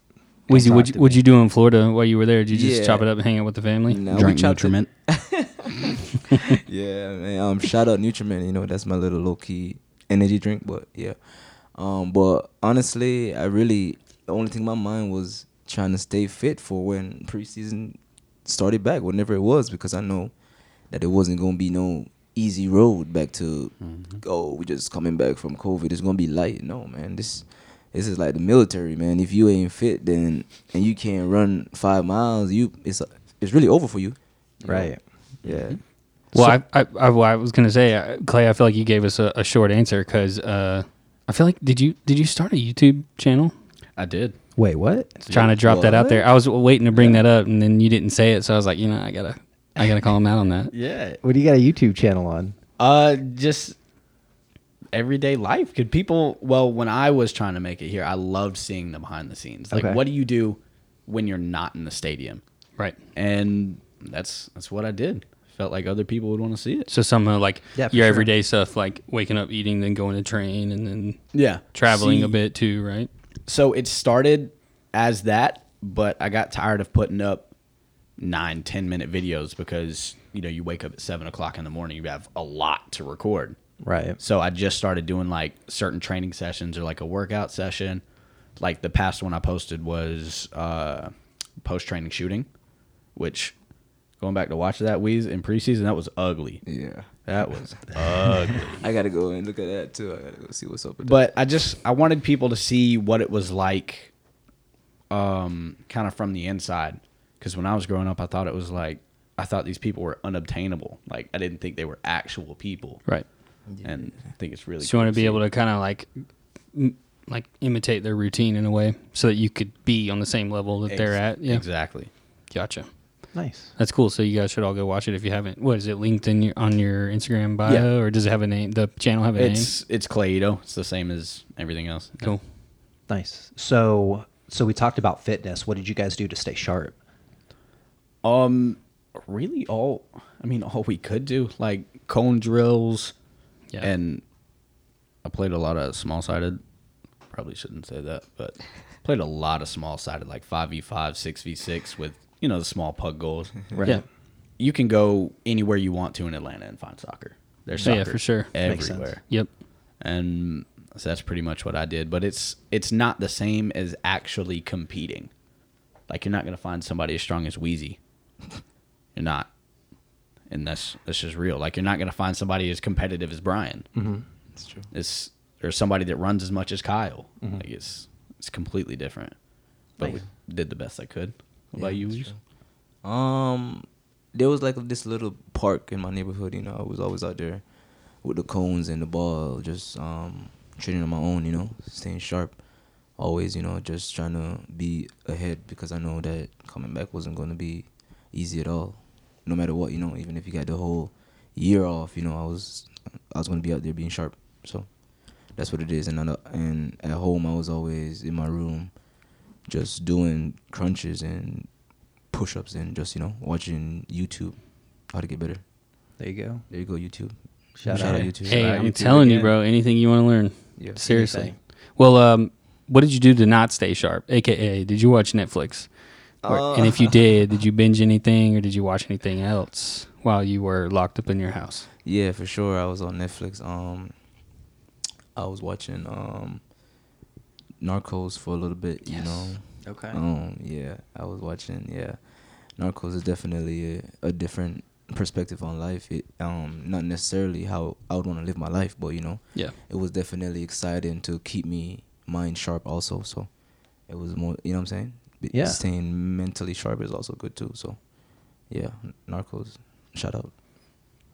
Wizzy,
talk
what'd
to
you, what'd
me.
you do in Florida while you were there? Did you just
Yeah.
chop it up and hang out with the family?
No,
Drink
we chopped it-
nutriment.
Yeah, man. Um, shout out Nutriment. You know, that's my little low key energy drink. But yeah, um, but honestly, I really the only thing in my mind was trying to stay fit for when preseason started back, whenever it was, because I know that it wasn't gonna be no easy road back to oh we just coming back from COVID. It's gonna be light. No, man. This this is like the military, man. If you ain't fit, then and you can't run five miles, you it's it's really over for you. you know?
Right.
Yeah.
Well, I, I, I, well, I was gonna say, uh, Clay. I feel like you gave us a, a short answer because uh, I feel like did you did you start a YouTube channel?
I did.
Wait, what?
Trying to drop that out there. I was waiting to bring that up, and then you didn't say it, so I was like, you know, I gotta I gotta call him out on that.
Yeah.
What do you got a YouTube channel on?
Uh, just everyday life. Could people? Well, when I was trying to make it here, I loved seeing the behind the scenes. Like,
Okay.
what do you do when you're not in the stadium?
Right.
And that's that's what I did. Felt like other people would want to see it.
So some of like
Yeah, for
your
sure.
everyday stuff, like waking up, eating, then going to train, and then
Yeah,
traveling
See-
a bit too, right?
so it started as that, but I got tired of putting up nine, ten minute videos because you know you wake up at seven o'clock in the morning, you have a lot to record.
Right.
So I just started doing like certain training sessions or like a workout session. Like the past one I posted was uh, post training shooting, which going back to watch that Wheeze in preseason, that was ugly.
Yeah.
That was ugly.
I gotta go and look at that too. I gotta go see what's up. With
But I just I wanted people to see what it was like, um, kind of from the inside. Because when I was growing up, I thought it was like I thought these people were unobtainable. Like I didn't think they were actual people.
Right.
And I think it's really.
So you want to
cool
be
see.
able to kind of like m- like imitate their routine in a way so that you could be on the same level that they're
Ex-
at. Yeah.
Exactly.
Gotcha.
Nice.
That's cool. So you guys should all go watch it if you haven't. What is it linked in your, on your Instagram bio
Yeah.
or does it have a name? The channel have a
It's it's Clayito. It's the same as everything else.
name? Cool.
Nice.
So, so we talked about fitness. What did you guys do to stay sharp?
Um, really, all I mean, all we could do like cone drills,
Yeah.
and I played a lot of small sided. Probably shouldn't say that, but played a lot of small sided, like five v five, six v six, with you know the small pug goals.
Right.
yeah.
You can go anywhere you want to in Atlanta and find soccer. There's
Oh,
soccer
yeah, for sure.
Makes sense.
everywhere,
Yep.
and so that's pretty much what I did. But it's it's not the same as actually competing. Like you're not gonna find somebody as strong as Wheezy. You're not. And that's that's just real. Like you're not gonna find somebody as competitive as Brian. Mm-hmm.
That's true.
It's or somebody that runs as much as Kyle. Like it's it's completely different. But
Nice.
we did the best I could. What
Yeah,
about you?
that's
Wheezy?
Um, there was like this little park in my neighborhood. You know, I was always out there with the cones and the ball, just um training on my own. You know, staying sharp, always. You know, just trying to be ahead because I know that coming back wasn't going to be easy at all. No matter what, you know, even if you got the whole year off, you know, I was I was going to be out there being sharp. So that's what it is. And I, and at home, I was always in my room, just doing crunches and push-ups and just you know watching YouTube how to get better.
There you go.
There you go, YouTube.
Shout
out,
out.
YouTube.
Hey,
Shout out
I'm
YouTube
telling you,
again.
bro. Anything you want to learn,
Yeah.
seriously.
Anything.
Well, um, what did you do to not stay sharp? AKA, did you watch Netflix? Or, and if you did, did you binge anything or did you watch anything else while you were locked up in your house?
Yeah, for sure. I was on Netflix. Um, I was watching um, Narcos for a little bit. You
Yes.
know.
Okay.
Um, yeah, I was watching. Yeah, Narcos is definitely a, a different perspective on life. It um, not necessarily how I would want to live my life, but you know,
Yeah.
it was definitely exciting to keep me mind sharp also so it was more you know what i'm saying B-
Yeah.
staying mentally sharp is also good too so yeah narcos shout out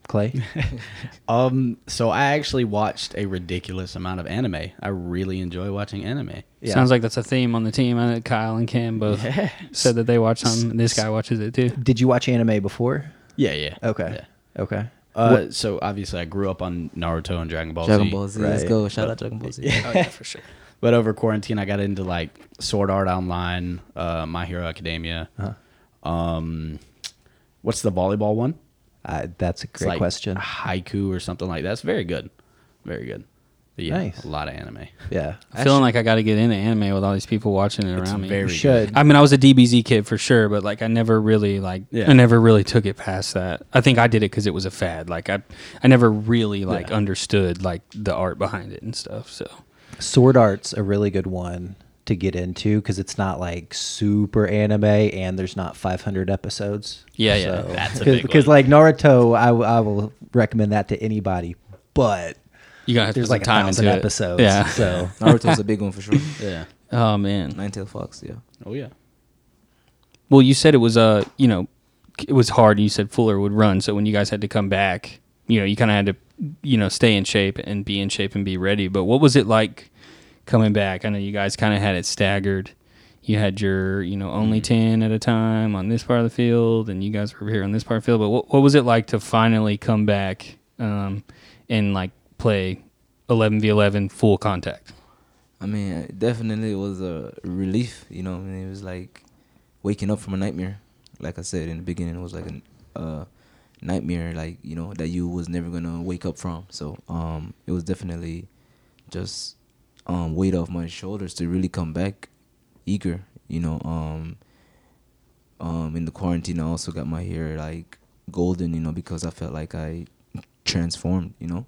Clay.
Um, so I actually watched a ridiculous amount of anime. I really enjoy watching anime.
Yeah.
Sounds like that's a theme on the team. I know Kyle and Cam both said that they watch some. This guy watches it too.
Did you watch anime before?
Yeah, yeah.
Okay.
Yeah.
Okay.
Uh, so obviously, I grew up on Naruto and Dragon Ball
dragon
Z.
ball z
right.
let's go shout out dragon ball z
Oh, yeah, for sure.
But over quarantine, I got into like Sword Art Online, uh, My Hero Academia. Um, what's the volleyball one?
Uh, that's a
It's
great
like
question.
Haiku or something like that. It's very good, very good. But yeah,
Nice.
a lot of anime.
Yeah.
I'm feeling like I got to get into anime with all these people watching it
It's
around me.
very
You should.
I mean, I was a DBZ kid for sure, but like I never really like
Yeah.
I never really took it past that. I think I did it because it was a fad. Like I, I never really like
Yeah.
understood like the art behind it and stuff. So
Sword Art's a really good one to get into because it's not like super anime and there's not 500 episodes.
Yeah, yeah,
that's a big
Because
one.
like Naruto, I, w- I will recommend that to anybody, but
you gotta have to
there's
put
like a
some time
thousand
into
episodes.
It. Yeah.
So
naruto's a big one for sure
good. Yeah.
Oh man.
nine tail fox yeah
Oh yeah.
Well, you said it was uh, you know, it was hard. You said Fuller would run, so when you guys had to come back, you know, you kind of had to, you know, stay in shape and be in shape and be ready. But what was it like coming back? I know you guys kind of had it staggered. You had your, you know, only ten at a time on this part of the field, and you guys were here on this part of the field. But what, what was it like to finally come back um, and like play eleven v eleven full contact?
I mean, it definitely was a relief. You know, I mean, it was like waking up from a nightmare. Like I said in the beginning, it was like a uh, nightmare, like you know, that you was never gonna wake up from. So, um, it was definitely just um, weight off my shoulders to really come back eager. You know, um, um, in the quarantine, I also got my hair like golden. You know, because I felt like I transformed. You know,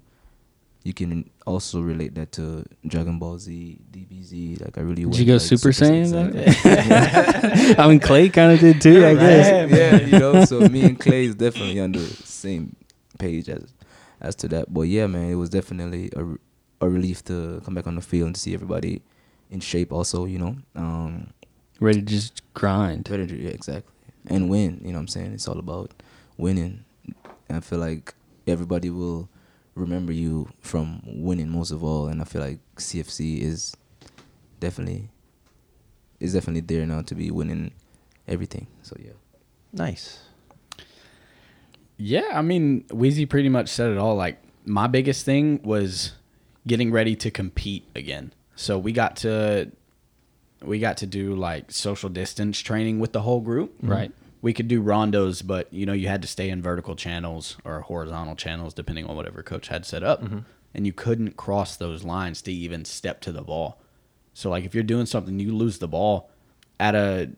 you can also relate that to Dragon Ball Z, DBZ. Like I really
Did
went,
you go
like,
Super Saiyan?
Saiyan.
I mean, Clay kind of did too, I guess.
yeah, yeah, you know. So me and Clay is definitely on the same page as as to that. But yeah, man, it was definitely a, r- a relief to come back on the field and to see everybody in shape. Also, you know, um,
Ready to just grind.
better to- yeah, exactly, and win. You know, what I'm saying it's all about winning. I feel like everybody will remember you from winning most of all, and I feel like CFC is definitely is definitely there now to be winning everything. So yeah.
Nice.
Yeah, I mean, Wheezy pretty much said it all. Like, my biggest thing was getting ready to compete again. So we got to we got to do like social distance training with the whole group.
Right.
We could do rondos, but you know, you had to stay in vertical channels or horizontal channels depending on whatever coach had set up. And you couldn't cross those lines to even step to the ball. So like if you're doing something you lose the ball at a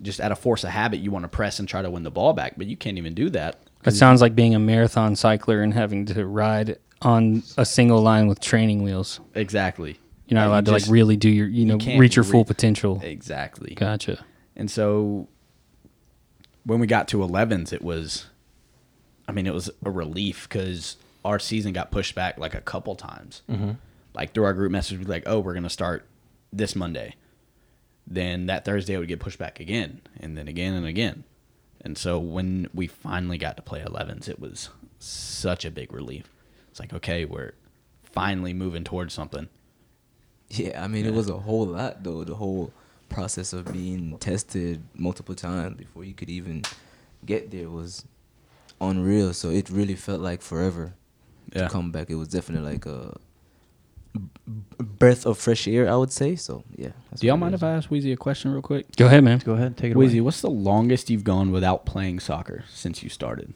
just out of force of habit, you want to press and try to win the ball back, but you can't even do that
That sounds like being a marathon cycler and having to ride on a single line with training wheels.
Exactly.
You're not
Yeah, you
allowed to
just-
like really do your, you know,
can't
reach your full
re-
potential.
Exactly.
Gotcha.
And so when we got to 11s, it was, I mean, it was a relief because our season got pushed back like a couple times.
Mm-hmm.
Like through our group message, we'd be like, oh, we're going to start this Monday. Then that Thursday it would get pushed back again, and then again and again. And so when we finally got to play 11s, it was such a big relief. It's like, okay, we're finally moving towards something.
Yeah, I mean, it was a whole lot though. The whole process of being tested multiple times before you could even get there was unreal. So it really felt like forever
Yeah.
to come back. It was definitely like a b- b- breath of fresh air, I would say. So yeah. that's
Do y'all
what it
mind
is.
if I ask Wheezy a question real quick?
Go ahead, man.
Go ahead, take it away.
Wheezy, what's the longest you've gone without playing soccer since you started?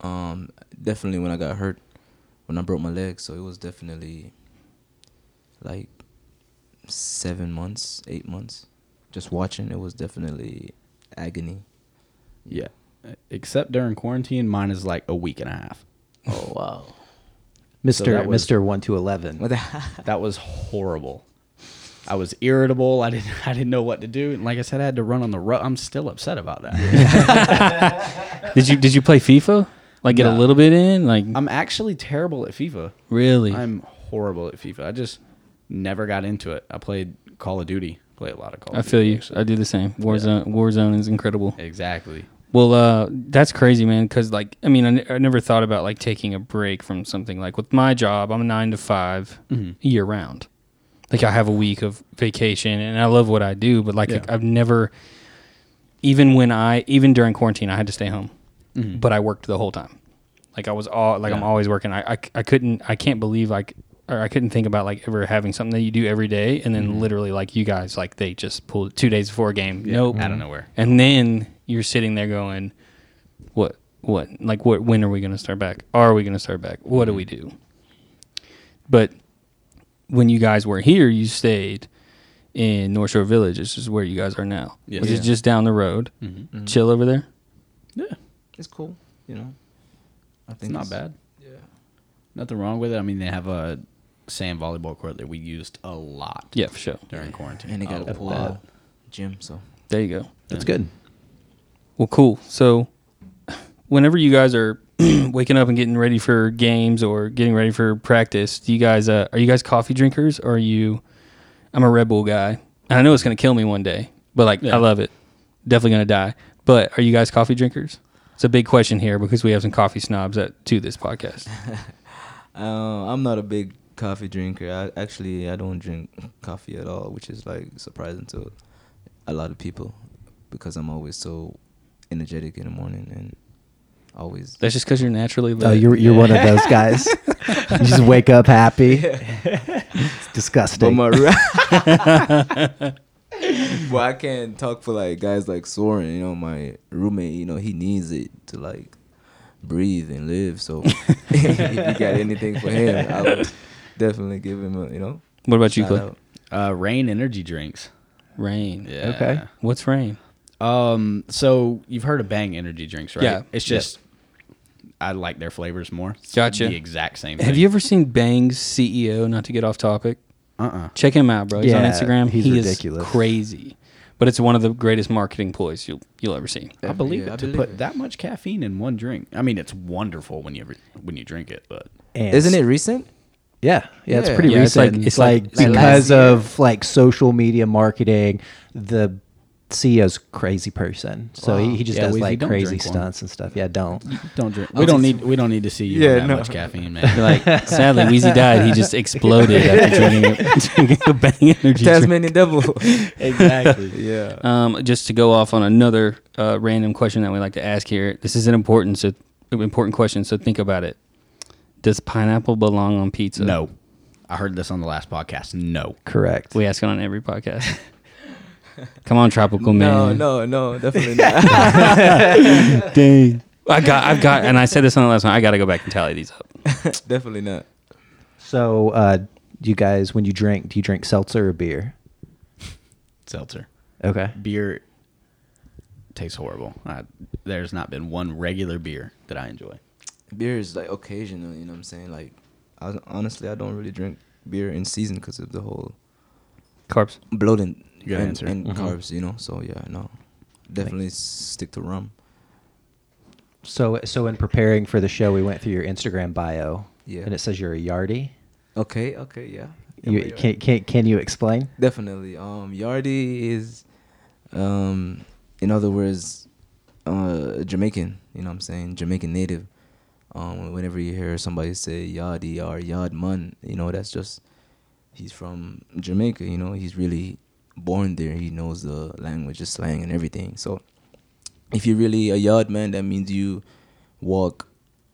Um, definitely when I got hurt, when I broke my leg, so it was definitely like seven months, eight months. Just watching, it was definitely agony.
Yeah. Except during quarantine, mine is like a week and a half.
Oh wow.
Mr.
that was-
Mr. 1 to 11.
What the
That was horrible. I was irritable. I didn't. I didn't know what to do. And like I said, I had to run on the road. I'm still upset about that.
Did you did you play FIFA? Like get a
No.
little bit in? Like
I'm actually terrible at FIFA.
really?
I'm horrible at FIFA. I just never got into it. I played Call of Duty. Play a lot of Call.
I
of
feel
Duty,
you.
actually.
I do the same. Warzone Warzone is incredible.
Exactly.
Well, uh, that's crazy, man. Because like, I mean, I, n- I never thought about like taking a break from something. Like with my job, I'm a nine to 5
Mm-hmm.
year round. Like I have a week of vacation, and I love what I do. But like,
Yeah.
I've never, even when I, even during quarantine, I had to stay home, but I worked the whole time. Like I was all like I'm
Mm-hmm. Yeah.
always working. I, I c- I couldn't I can't believe like or I couldn't think about like ever having something that you do every day and then literally like you guys like they just pulled it two days before a game.
Mm-hmm. Yeah,
nope.
out of nowhere.
And then you're sitting there going, what, what, like, what, when are we going to start back? Are we going to start back? What
Mm-hmm.
do we do? But when you guys were here, you stayed in North Shore Village. This is where you guys are now,
Yeah.
which is
Yeah.
just down the road. Chill over there.
Yeah.
it's cool, you know. I
It's
think
not bad. Yeah. Nothing wrong with it. I mean, they have a sand volleyball court that we used a lot.
Yeah, for sure.
During quarantine. Oh,
And they got
A
a pool,
lot.
gym. So
There you go.
That's good.
Well, cool. So, whenever you guys are waking up and getting ready for games or getting ready for practice, do you guys uh, are you guys coffee drinkers or are you? I'm a Red Bull guy, and I know it's gonna kill me one day, but like I love it. Definitely gonna die. But are you guys coffee drinkers? It's a big question here because we have some coffee snobs that do this podcast.
uh, I'm not a big coffee drinker. I actually I don't drink coffee at all, which is like surprising to a lot of people because I'm always so energetic in the morning and always.
That's just because you're naturally lit.
Oh, you're you're one of those guys. you just wake up happy. It's
But
disgusting.
my ra- well, I can't talk for like guys like Soren. You know, my roommate. You know, he needs it to like breathe and live. So if you got anything for him, I would definitely give him. A, you know,
What about you,
Shout
Clay?
out.
Uh, rain energy drinks.
Rain.
Yeah.
Okay.
What's rain?
Um, so you've heard of Bang energy drinks, right?
Yeah.
It's just I like their flavors more. It's
Gotcha.
The exact same.
Have you ever seen Bang's CEO? Not to get off topic,
Uh. uh
check him out, bro. He's on
Yeah,
Instagram.
he's
he
ridiculous.
is crazy, but it's one of the greatest marketing ploys you'll you'll ever see.
I believe
yeah,
it
I
to
believe
put
it.
that much caffeine in one drink. I mean, it's wonderful when you ever, when you drink it, but
And
Isn't it recent?
Yeah, yeah, it's
Yeah.
pretty
Yeah, it's like-
recent.
it's
it's
like-
like,
like
because
last year.
of like social media marketing, the CEO's crazy person, so he, he just
Yeah,
does
Weezy,
like
don't
crazy
drink one.
stunts and stuff. Yeah, don't.
don't drink. We don't need we don't need to see you
Yeah,
yeah, that
no.
much caffeine, man.
Like sadly, Wheezy died. He just exploded after drinking, drinking the Bang energy drink.
Tasmanian Devil.
exactly.
yeah.
Um, just to go off on another uh, random question that we like to ask here. This is an important so important question. So think about it. Does pineapple belong on pizza?
No, I heard this on the last podcast. No,
Correct.
We ask it on every podcast. Come on, tropical
No,
man.
no, no, definitely not.
Dang. I got, I've got, and I said this on the last one. I got to go back and tally these up.
definitely not.
So, uh, you guys, when you drink, do you drink seltzer or beer?
seltzer,
Okay.
beer tastes horrible. I, there's not been one regular beer that I enjoy.
Beer is like occasional, you know what I'm saying? Like, I, honestly, I don't really drink beer in season because of the whole
Carbs.
bloating
Good
and,
answer.
and
Mhm.
carbs, you know? So, yeah, no. Definitely stick to rum.
So, so in preparing for the show, we went through your Instagram bio,
Yeah.
and it says you're a yardie.
Okay, okay, yeah. Yeah,
You,
but yeah.
can, can, can you explain?
Definitely. Um, Yardi is, um, in other words, uh, Jamaican. You know what I'm saying? Jamaican native. Um, whenever you hear somebody say Yardi or Yard Man, you know that's just he's from Jamaica. You know he's really born there. He knows the language, the slang, and everything. So if you're really a yard man, that means you walk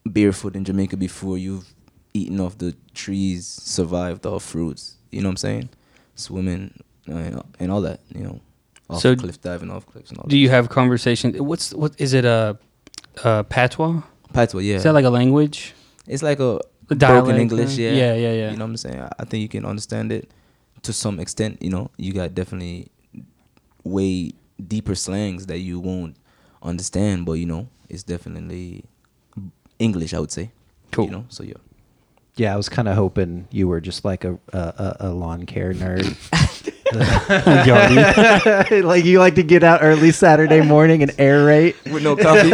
barefoot in Jamaica before you've eaten off the trees, survived off fruits. You know what I'm saying? Swimming uh, and, and all that. You know, off
So-
cliff diving, off cliffs, and all
Do
that.
you have conversations? What's, what is it? Uh, uh, patois?
Patois, yeah.
Is that like a language?
it's like a
A
broken
dialect
English,
thing?
yeah.
Yeah, yeah, yeah.
You know what I'm saying? I- I think you can understand it to some extent. You know, you got definitely way deeper slangs that you won't understand, but you know, it's definitely English. I would say.
Cool.
You know, so yeah.
Yeah, I was kind of hoping you were just like a a, a, a lawn care nerd.
Yardi.
like you like to get out early Saturday morning and aerate.
With no coffee.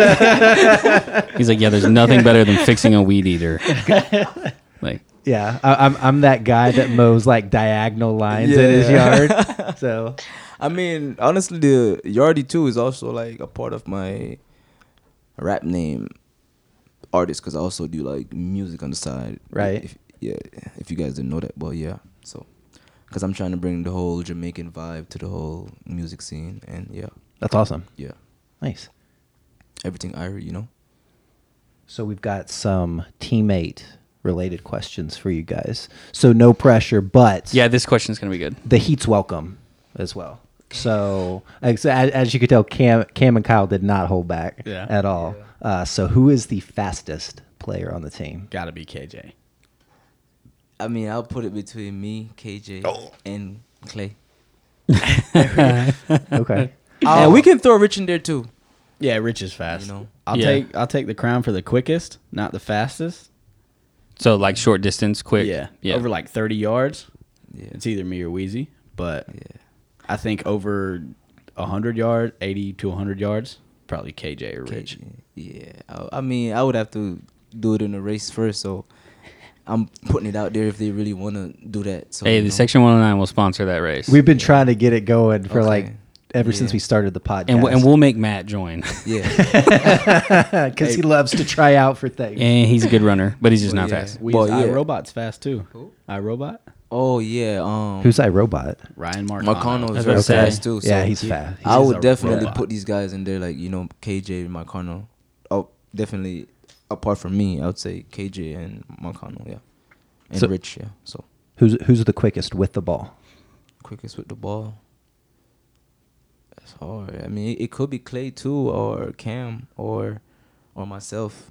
He's like, yeah, there's nothing better than fixing a weed eater. Like,
Yeah, I, I'm I'm that guy that mows like diagonal lines in his
Yeah.
yard. So
I mean, honestly, the Yardi too is also like a part of my rap name artist because I also do like music on the side.
Right.
If, yeah. If you guys didn't know that, well, yeah. So, because I'm trying to bring the whole Jamaican vibe to the whole music scene, and yeah,
that's awesome.
yeah,
Nice.
everything I you know.
So we've got some teammate related questions for you guys. So no pressure, but
yeah, this question's going to be good.
the heat's welcome as well. So, like, so as, as you could tell, Cam, Cam and Kyle did not hold back
Yeah.
at all. Uh, so who is the fastest player on the team?
Got to be KJ.
I mean, I'll put it between me, KJ, and Clay.
Okay.
And we can throw Rich in there too.
Yeah, Rich is fast.
You know?
I'll
Yeah.
take I'll take the crown for the quickest, not the fastest.
So, like, short distance, quick.
Yeah,
Yeah.
over like thirty yards.
Yeah.
It's either me or Wheezy, but
Yeah.
I think over hundred yards, eighty to hundred yards, probably KJ or Rich.
KJ. Yeah, I, I mean, I would have to do it in a race first, so I'm putting it out there if they really want to do that. So
Hey,
you
the
know.
Section 109 will sponsor that race.
We've been trying to get it going for
Okay.
like ever since
Yeah.
we started the podcast.
and, w- and we'll make Matt join.
Yeah,
because he loves to try out for things.
and he's a good runner, but he's just
Well,
not
yeah.
fast.
Wheezy,
Well, yeah.
iRobot's fast too.
Who?
iRobot,
oh yeah. Um,
Who's iRobot?
Ryan Marcano.
Marcano
I
is very
was about to say.
fast too. So
yeah, he's fast.
I
He's
would
a
definitely
robot.
put these guys in there, like you know, KJ and Marcano. Oh, definitely. Apart from me, I would say KJ and Marcano. Yeah, and
So-
Rich. Yeah, so
Who's who's the quickest with the ball?
quickest with the ball. That's hard. I mean, it, it could be Clay too, or Cam, or or myself.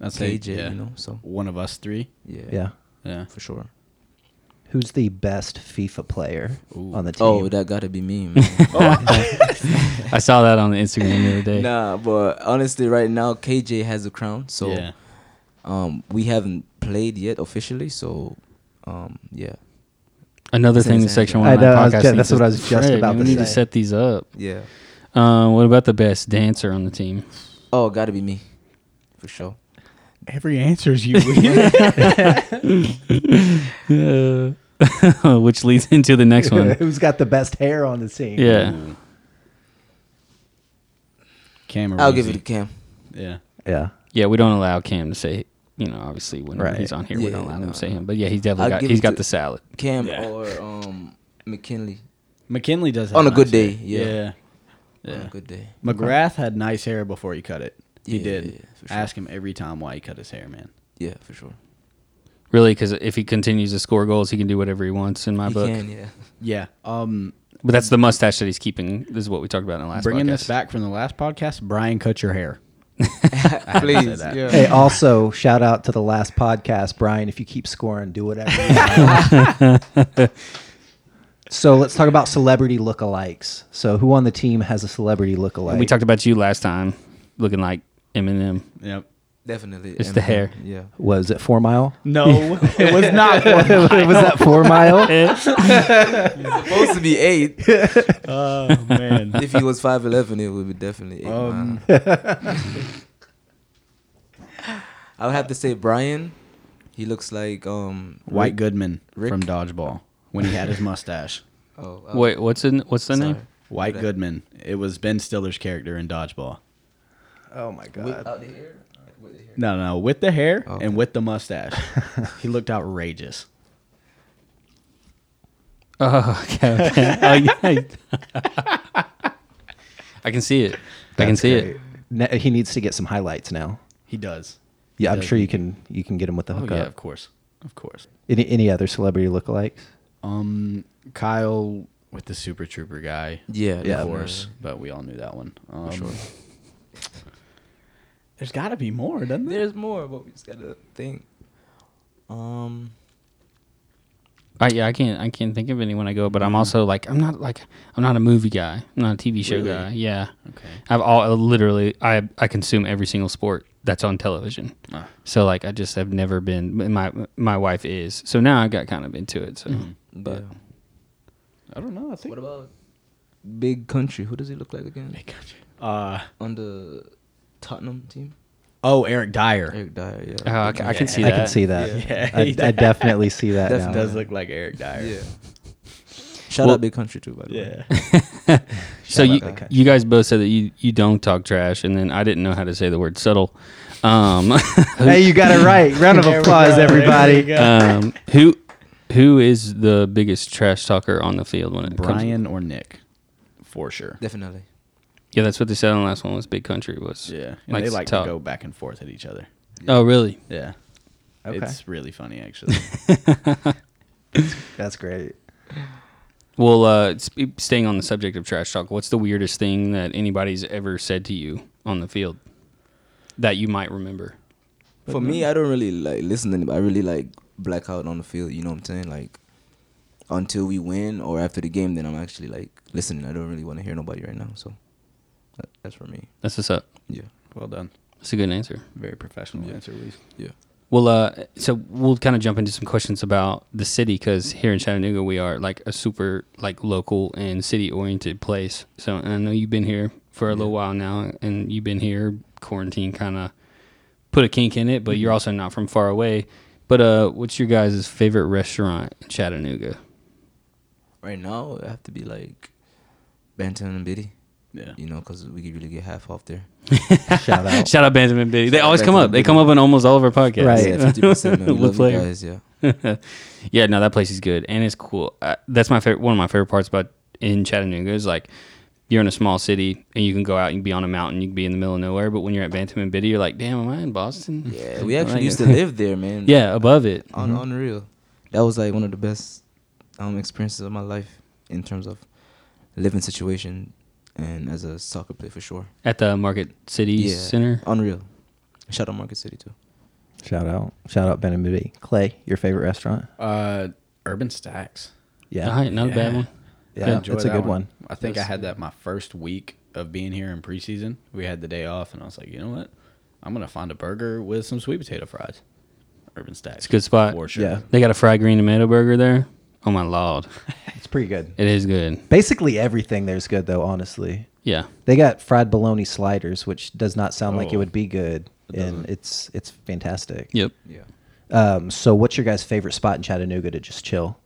That's
KJ, you know, so.
one of us three.
Yeah.
Yeah.
Yeah,
For sure.
Who's the best FIFA player on the team?
Oh, that gotta be me. Man.
I saw that on the Instagram the other day.
nah, but honestly, right now KJ has the crown, so
yeah.
um, we haven't played yet officially. So um, yeah,
Another
It's in
thing
his
the
hand.
section
I
one
know, I
podcast.
was ju-
needs
that's
to-
what I was just
Fred,
about
man, We
to
need to
say.
set these up.
yeah.
Uh, what about the best dancer on the team?
Oh, gotta be me, for sure.
Every answer is you. Weird.
Which leads into the next one.
Who's got the best hair on the team?
Yeah.
Camera.
I'll give it to Cam.
Yeah.
Yeah.
Yeah, we don't allow Cam to say, you know, obviously when
Right.
he's on here, we
Yeah,
don't allow him
no,
to say
no.
him. But yeah, he's definitely
I'll
got
give
he's
it
got
to-
the salad.
Cam
Yeah.
or um, McKinley
McKinley does have
On a good
nice
day,
hair.
yeah.
Yeah.
on
Yeah.
a good day.
McGrath had nice hair before he cut it. He
Yeah,
did.
yeah, yeah, for sure.
Ask him every time why he cut his hair, man.
Yeah, for sure.
Really, because if he continues to score goals, he can do whatever he wants in my
he
book.
can, yeah.
Yeah. Um,
But that's the mustache that he's keeping. This is what we talked about in the last
bringing
podcast.
this back from the last podcast, Brian cut your hair.
Please,
that.
yeah.
Hey, also shout out to the last podcast, Brian. If you keep scoring, do whatever. You want. so let's talk about celebrity lookalikes. So who on the team has a celebrity lookalike?
we talked about you last time, looking like Eminem.
Yep.
Definitely.
It's the
Eminem,
hair.
Yeah.
Was it four mile?
No, it was not.
was that four mile?
Supposed to be eight.
oh man.
if he was five eleven, it would be definitely eight.
Um,
mile. I would have to say Brian. He looks like um
White Goodman
Rick?
from Dodgeball when he had his mustache.
Oh, oh,
Wait, what's the what's the
sorry.
name?
White
Right.
Goodman. It was Ben Stiller's character in Dodgeball.
Oh my god!
Without the hair? With the hair.
No, no, with the hair
Okay.
and with the mustache, he looked outrageous.
Oh, okay. okay. oh, yeah. I can see it. I can see it.
Ne- he needs to get some highlights now.
He does.
Yeah, I'm
does
sure you can. You can get him with the
Oh
hookup.
yeah, of course, of course.
Any any other celebrity lookalikes?
Um, Kyle with the Super Trooper guy,
Yeah,
of course, but we all knew that one. Um, There's got to be more, doesn't there?
There's more, but we just gotta think. Um,
I, yeah, I can't. I can't think of anyone I go. But I'm also like, I'm not like, I'm not a movie guy. I'm not a TV show
Really?
guy. Yeah.
Okay.
I've all uh, literally I I consume every single sport that's on television.
Ah.
So like I just have never been and my my wife is. So now I got kind of into it. So
but
Yeah. I don't know. I think.
what about Big Country? Who does he look like again
Uh,
on the Tottenham team?
oh, Eric Dyer.
Eric Dyer.
Oh,
Yeah.
I, ca- I can see
I
that.
can see that.
Yeah.
I, I definitely see that
Definitely.
now.
does look like Eric Dyer.
yeah. Shout
Well-
out Big Country too, by the way.
Yeah.
So
Shout out
you
Big Country.
you guys both said that you you don't talk trash, and then I didn't know how to say the word subtle. Um,
Hey, you got it right. Round of
There we
applause,
go, there we
everybody.
go.
um, who who is the biggest trash talker on the field when it comes?
Brian or Nick, for sure.
Definitely.
Yeah, that's what they said on the last one. Was Big Country was
Yeah, and
like,
they like
talk.
to go back and forth at each other.
Oh really?
Yeah,
Okay.
it's really funny actually.
That's great.
Well, uh, sp- staying on the subject of trash talk, what's the weirdest thing that anybody's ever said to you on the field that you might remember?
For me, I don't really like listen to anybody. I really like black out on the field. You know what I'm saying? Like until we win or after the game, then I'm actually like listening. I don't really want to hear nobody right now. So that, that's for me.
That's what's up.
Yeah.
well done,
That's a good answer.
very professional answer, Lee.
Yeah.
Well, uh, so we'll kind of jump into some questions about the city because here in Chattanooga we are like a super like local and city oriented place. So and I know you've been here for a little while now, and you've been here quarantine kind of put a kink in it, but you're also not from far away. But uh, what's your guys' favorite restaurant in Chattanooga?
Right now, I have to be like Benton and Biddy.
Yeah,
You know, because we could really get half off there.
Shout out.
Shout out Benjamin Biddy. They
Shout out
always come
Benjamin
up. They
Biddy.
come up in almost all of our podcasts.
Right.
Yeah, 50%. Man. We
We'll
love
play.
you guys. Yeah.
yeah, no, that place is good and it's cool. Uh, that's my favorite. One of my favorite parts about in Chattanooga is like you're in a small city and you can go out and be on a mountain. You can be in the middle of nowhere, but when you're at Bantam and Biddy, you're like, damn, am I in Boston?
Yeah. We
I
actually
like
used
it.
to live there, man.
Yeah, above it.
On unreal. That was like one of the best um experiences of my life in terms of living situation and as a soccer player for sure.
at the Market City
Yeah.
Center.
Unreal. Shout out Market City too.
Shout out. Shout out Ben and Moody. Clay, your favorite restaurant?
uh, Urban Stacks.
Yeah.
All right, not a bad
Yeah.
one.
Yeah,
I
that's
enjoy
a
that
good one.
I think I
That's-
had that my first week of being here in preseason. We had the day off, and I was like, you know what? I'm gonna find a burger with some sweet potato fries. Urban Stacks.
It's a good spot.
for sure.
Yeah.
They got a fried green tomato burger there. Oh my lord,
It's pretty good.
it is good.
Basically everything there's good though, honestly.
Yeah,
They got fried bologna sliders, which does not sound like it
Oh.
would be good, and it's it's fantastic.
yep.
Yeah.
Um, so, what's your guys' favorite spot in Chattanooga to just chill?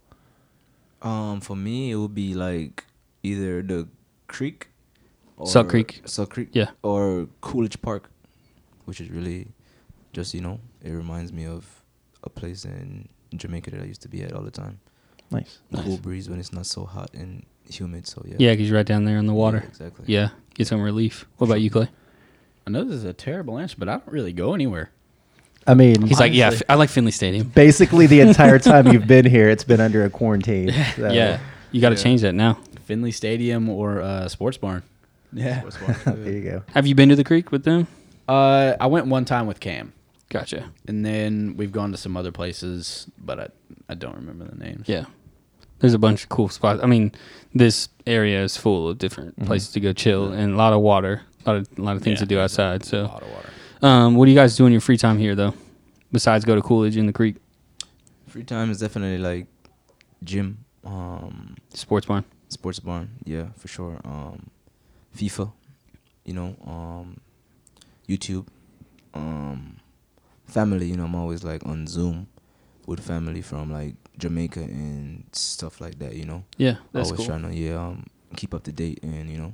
Um, for me, it would be like either the creek, or
Salt Creek.
Salt Creek,
Yeah.
or Coolidge Park, which is really just you know it reminds me of a place in Jamaica that I used to be at all the time.
Nice.
Cool breeze when it's not so hot and humid. So yeah,
Yeah, because you're right down there in the water.
Yeah, exactly.
Yeah, get some relief. What about you, Clay?
I know this is a terrible answer, but I don't really go anywhere.
I mean,
He's like, yeah, I like Finley Stadium.
basically the entire time you've been here, it's been under a quarantine. So.
Yeah, you got to
Yeah.
change that now.
Finley Stadium or uh, Sports Barn.
yeah.
there you go.
Have you been to the creek with them?
Uh, I went one time with Cam,
Gotcha.
and then we've gone to some other places, but I I don't remember the names.
Yeah. There's a bunch of cool spots. I mean, this area is full of different
Mm-hmm.
places to go chill and a lot of water, a lot of, a lot of things
Yeah.
to do outside.
A
So,
lot of water.
um, what do you guys do in your free time here, though? Besides go to Coolidge in the creek,
Free time is definitely like gym, um,
sports barn.
sports barn. Yeah, for sure. Um, FIFA, you know, um, YouTube, um, family. You know, I'm always like on Zoom with family from like Jamaica and stuff like that. You know,
Yeah, that's
always
cool.
trying to yeah um, keep up to date and you know,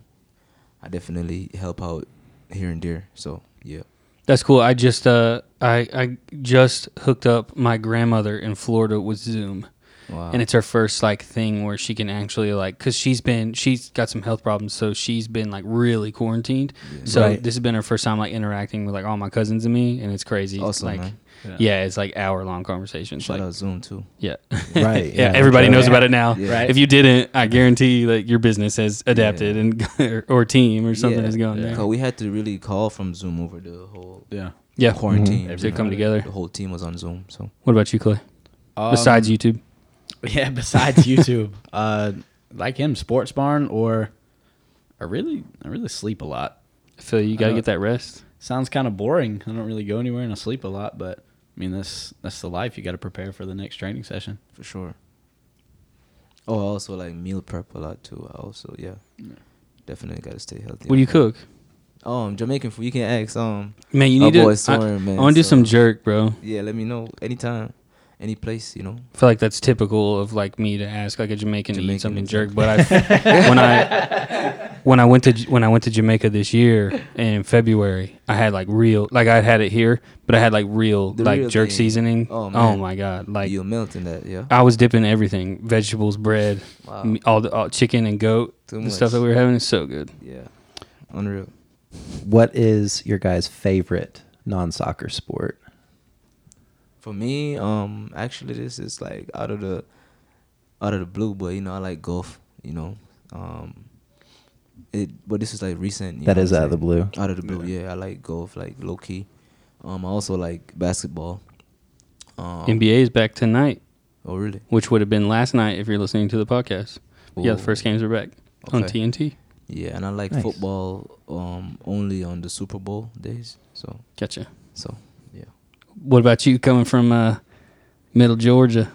I definitely help out here and there. So yeah,
That's cool. I just uh I I just hooked up my grandmother in Florida with Zoom.
wow.
And it's her first like thing where she can actually like cuz she's been she's got some health problems so she's been like really quarantined. So
Right.
this has been her first time like interacting with like all my cousins and me and it's crazy.
Awesome,
like
man.
yeah. it's like hour long conversations
shout
like
out Zoom too.
yeah.
Right,
yeah,
yeah.
everybody
Yeah.
knows about it now.
Yeah.
If you didn't, I guarantee you that your business has adapted and or, or team or something
Yeah.
has gone there.
Cause we had to really call from Zoom over the whole
Yeah.
Yeah.
quarantine.
To come together.
The whole team was on Zoom, so
What about you, Clay?
Um,
Besides YouTube?
Yeah, besides YouTube, uh, like him, Sports Barn, or I really, I really sleep a lot.
Phil, you got to
Uh,
get that rest.
Sounds kind of boring. I don't really go anywhere, and I sleep a lot. But I mean, that's that's the life. You got to prepare for the next training session.
for sure. Oh, I also like meal prep a lot too. I also yeah, definitely gotta stay healthy.
What do you cook?
Um, Jamaican food. You can ask. Um,
Man, you
Oh,
need
boy,
to.
sorry,
I,
man,
I want to do some
so-
jerk, bro.
yeah, let me know anytime, any place. You know,
I feel like that's typical of like me to ask like a Jamaican, to
Jamaican
eat something
is-
jerk. But I, when I when I went to J- when I went to Jamaica this year in February, I had like real like I had it here, but I had like real
The
like
real
jerk
thing.
seasoning.
Oh,
oh
man.
my god! Like Uh,
you're melting that. Yeah,
I was dipping everything: vegetables, bread,
Wow.
m- all the all, chicken and goat.
Too
the
much.
stuff that we were having is so good.
yeah, unreal.
What is your guys' favorite non-soccer sport?
For me, um, actually, this is like out of the out of the blue, but you know, I like golf. You know, um, it. But this is like recent. you
That
know
is
what I'm
out of the
saying?
blue.
Out of the blue, yeah. I like golf, like low key. Um, I also like basketball. Um,
NBA is back tonight,
Oh, really?
which would have been last night if you're listening to the podcast. Yeah, the
Ooh.
first games are back on
Okay.
TNT.
Yeah, and I like
Nice.
football um only on the Super Bowl days. So,
Gotcha.
so yeah.
What about you coming from uh, Middle Georgia?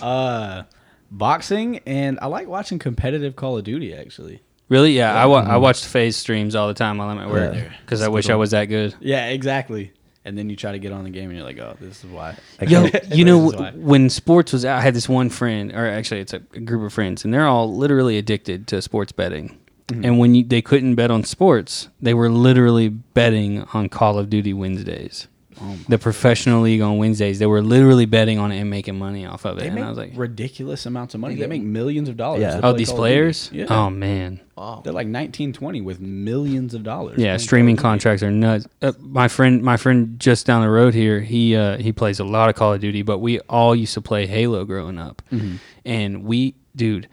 Uh, boxing, and I like watching competitive Call of Duty. Actually,
really? Yeah, I, wa- I watched FaZe streams all the time while I'm at work because I wish I was that good.
yeah, exactly. And then you try to get on the game, and you're like, oh, this is why.
Yo, you know,
This is why.
when sports was out, I had this one friend, or actually, it's a group of friends, and they're all literally addicted to sports betting.
Mm-hmm.
And when you, they couldn't bet on sports, they were literally betting on Call of Duty Wednesdays.
Oh
the professional league on Wednesdays, they were literally betting on it and making money off of it.
They
and
make
I was like,
ridiculous amounts of money.
They
They
get-
make millions of dollars.
Yeah.
to
"Oh,
play
these
Call of Duty.
players?
Yeah.
Oh man,
Wow.
They're like 1920 with millions of dollars.
Yeah,
playing
streaming
Call of Duty.
contracts are nuts. Uh, my friend, my friend just down the road here, he uh, he plays a lot of Call of Duty, but we all used to play Halo growing up, and we, dude.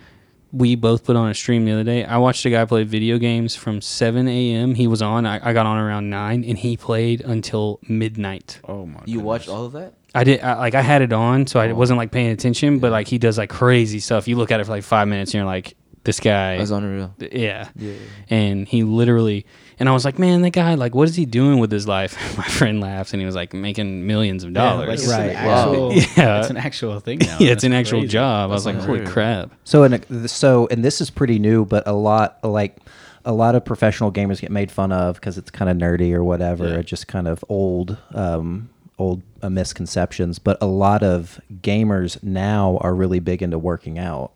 We both put on a stream the other day. I watched a guy play video games from 7 a.m. He was on. I, I got on around 9 and he played until midnight.
Oh my!
You
goodness.
watched all of that?
I did I, like I had it on, so I wasn't like paying attention. But like he does like crazy stuff. You look at it for like five minutes, and you're like, this guy.
It was unreal.
yeah.
Yeah.
And he literally, and I was like, man, that guy, like, what is he doing with his life? My friend laughs, and he was like making millions of
Yeah, like,
dollars.
it's an
Right.
actual-
Wow. Yeah.
It's an actual thing now.
yeah, it's
That's
an actual
crazy.
job. I was
That's
like, holy
unreal.
crap.
So and uh, so and this is pretty new, but a lot like a lot of professional gamers get made fun of because it's kind of nerdy or whatever,
Yeah.
or just kind of old um, old uh, misconceptions. But a lot of gamers now are really big into working out.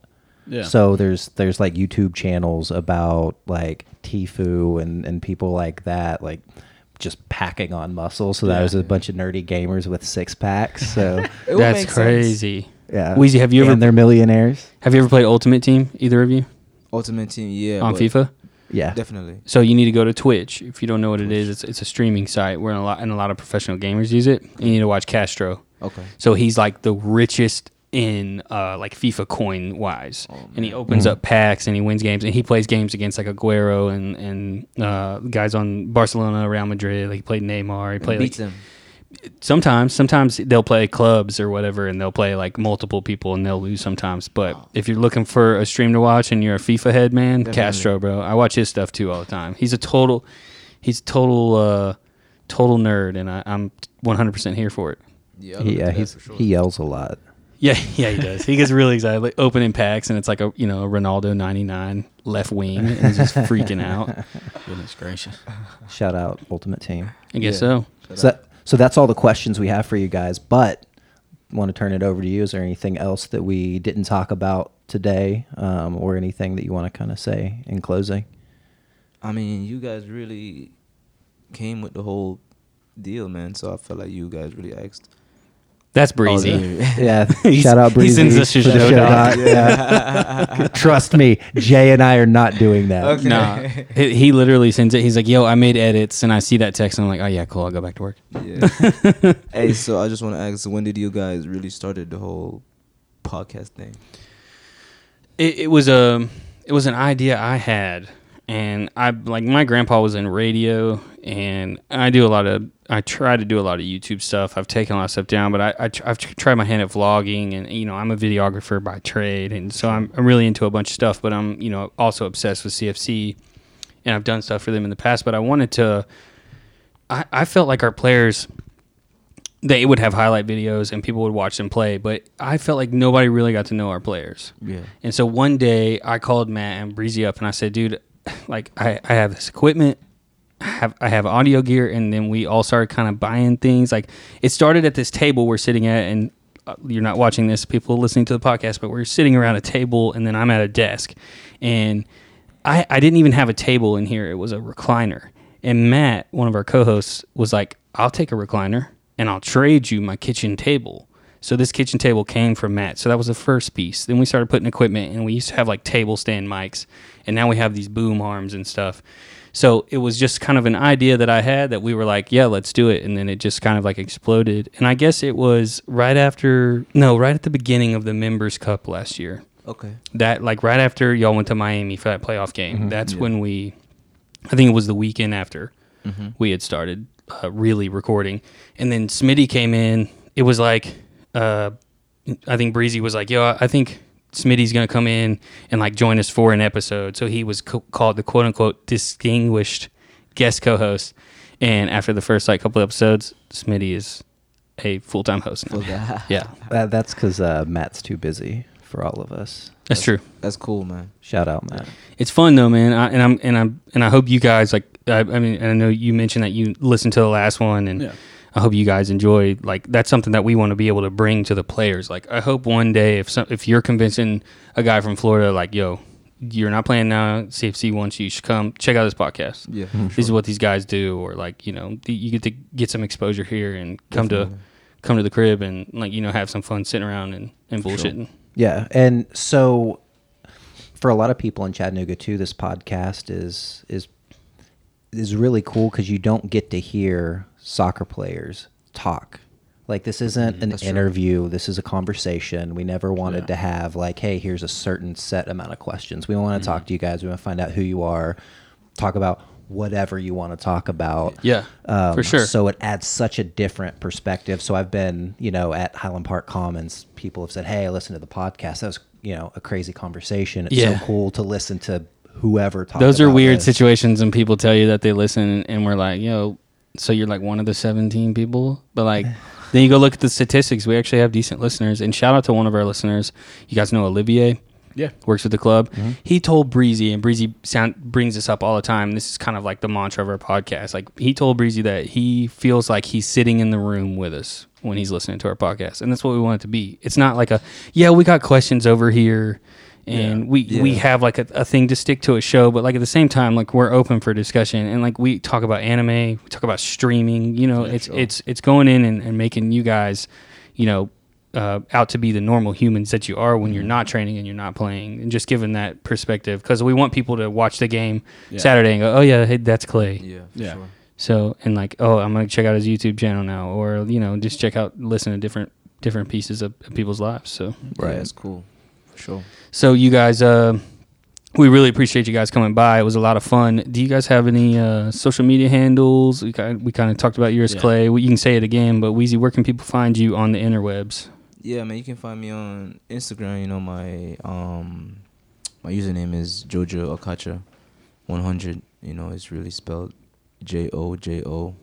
Yeah.
So there's there's like YouTube channels about like Tfue and and people like that like just packing on muscle. So that was a bunch of nerdy gamers with six packs. So
It would
That's
make sense.
crazy.
yeah,
Wheezy, have you ever
and they're millionaires.
have you ever played Ultimate Team? Either of you
Ultimate Team, yeah.
on
but
FIFA?
Yeah,
Definitely.
So you need to go to Twitch. If you don't know what it is, it's it's a streaming site where a lot and a lot of professional gamers use it. You need to watch Castro.
Okay.
So he's like the richest in uh, like FIFA coin wise,
Oh,
and he opens up packs and he wins games and he plays games against like Aguero and and uh, guys on Barcelona, Real Madrid. Like he played Neymar. He played like,
Beats him.
sometimes sometimes they'll play clubs or whatever and they'll play like multiple people and they'll lose sometimes but if you're looking for a stream to watch and you're a fifa head man
Definitely.
castro bro i watch his stuff too all the time he's a total he's a total uh total nerd and I, i'm 100% here for it
Yeah, I'll look
yeah,
into that
he's,
for sure.
he yells a lot.
yeah yeah he does he gets really excited like opening packs and it's like a you know a ronaldo 99 left wing and he's just freaking out
Goodness gracious.
Shout out Ultimate Team.
i guess
Yeah.
so
So, that, so that's all the questions we have for you guys. But want to turn it over to you. Is there anything else that we didn't talk about today, um, or anything that you want to kind of say in closing?
I mean, you guys really came with the whole deal, man. So I feel like you guys really asked. Oh,
that's breezy
Yeah.
He's-
shout out
he
Breezy.
sends us a
for the
shout out.
shout out, yeah. Trust me, Jay and I are not doing that.
Okay.
Nah, he, he literally sends it. He's like, "Yo, I made edits," and I see that text, and I'm like, "Oh yeah, cool. I'll go back to work."
Yeah. hey, so I just want to ask, when did you guys really started the whole podcast thing?
It, it was a it was an idea I had, and I like my grandpa was in radio, and I do a lot of I try to do a lot of YouTube stuff. I've taken a lot of stuff down, but I, I tr- I've tr- tried my hand at vlogging, and you know I'm a videographer by trade, and so I'm I'm really into a bunch of stuff, but I'm you know also obsessed with CFC, and I've done stuff for them in the past, but I wanted to. I, I felt like our players they would have highlight videos and people would watch them play, but I felt like nobody really got to know our players.
Yeah.
And so one day I called Matt and Breezy up and I said, dude, like I, I have this equipment. I have I have audio gear and then we all started kind of buying things. Like it started at this table we're sitting at and uh, you're not watching this, people listening to the podcast, but we're sitting around a table and then I'm at a desk and I, I didn't even have a table in here. It was a recliner. And Matt, one of our co-hosts, was like, "I'll take a recliner and I'll trade you my kitchen table." So this kitchen table came from Matt. So that was the first piece. Then we started putting equipment, and we used to have like table stand mics, and now we have these boom arms and stuff. So it was just kind of an idea that I had that we were like, "Yeah, let's do it," and then it just kind of like exploded. And I guess it was right after, no, right at the beginning of the Members Cup last year
Okay.
that like right after y'all went to Miami for that playoff game. That's when we, I think it was the weekend after we had started uh, really recording, and then Smitty came in. It was like, uh, I think Breezy was like, "Yo, I- I think Smitty's gonna come in and like join us for an episode." So he was co- called the quote unquote distinguished guest co-host. And after the first like couple episodes, Smitty is a full-time host now. Yeah,
That, that's because uh, Matt's too busy for all of us.
that's true.
That's cool, man.
Shout out, Matt.
it's fun though, man. I, and I'm and I'm and I hope you guys like. I, I mean, and I know you mentioned that you listened to the last one, and
Yeah.
I hope you guys enjoy. Like that's something that we want to be able to bring to the players. Like I hope one day if some, if you're convincing a guy from Florida, like yo, you're not playing now. CFC wants you, you should come check out this podcast.
Yeah.
This is what these guys do, or like you know, th- you get to get some exposure here and come to come to the crib and like you know have some fun sitting around and and bullshitting.
Yeah, and so for a lot of people in Chattanooga too, this podcast is is is really cool because you don't get to hear soccer players talk. Like this isn't an interview. This is a conversation. We never wanted to have like, hey, here's a certain set amount of questions. We want to talk to you guys. We want to find out who you are. Talk about
whatever you want to talk about.
Yeah,
Um,
for sure.
Um, So it adds such a different perspective. So I've been, you know, at Highland Park Commons, people have said, "Hey, listen to the podcast. That was, you know, a crazy conversation. It's
Yeah.
so cool to listen to whoever talk."
Those are
about
weird
this."
situations when people tell you that they listen and we're like, yo, so you're like one of the 17 people? But like, then you go look at the statistics. We actually have decent listeners. And shout out to one of our listeners. You guys know Olivier?
Yeah.
Works with the club. He told Breezy, and Breezy sound brings this up all the time. This is kind of like the mantra of our podcast. Like he told Breezy that he feels like he's sitting in the room with us when he's listening to our podcast, and that's what we want it to be. It's not like a yeah, we got questions over here, and we we
Yeah.
have like a, a thing to stick to a show, but like at the same time, like we're open for discussion, and like we talk about anime, we talk about streaming. You know, it's it's it's going in and, and making you guys, you know, uh, out to be the normal humans that you are when you're not training and you're not playing, and just giving that perspective because we want people to watch the game
Yeah.
Saturday and go, oh yeah, hey, that's Clay.
Yeah, for
Yeah.
sure.
So and like, oh, I'm gonna check out his YouTube channel now, or you know, just check out listen to different different pieces of, of people's lives. So
Right. that's cool. For sure.
so you guys, uh, we really appreciate you guys coming by. It was a lot of fun. Do you guys have any uh, social media handles? We kind we kind of talked about yours,
Yeah.
Clay. We, you can say it again, but Wheezy, where can people find you on the interwebs?
Yeah, man, you can find me on Instagram. You know, my um my username is Jojo Akacha, one hundred. You know, it's really spelled J O J O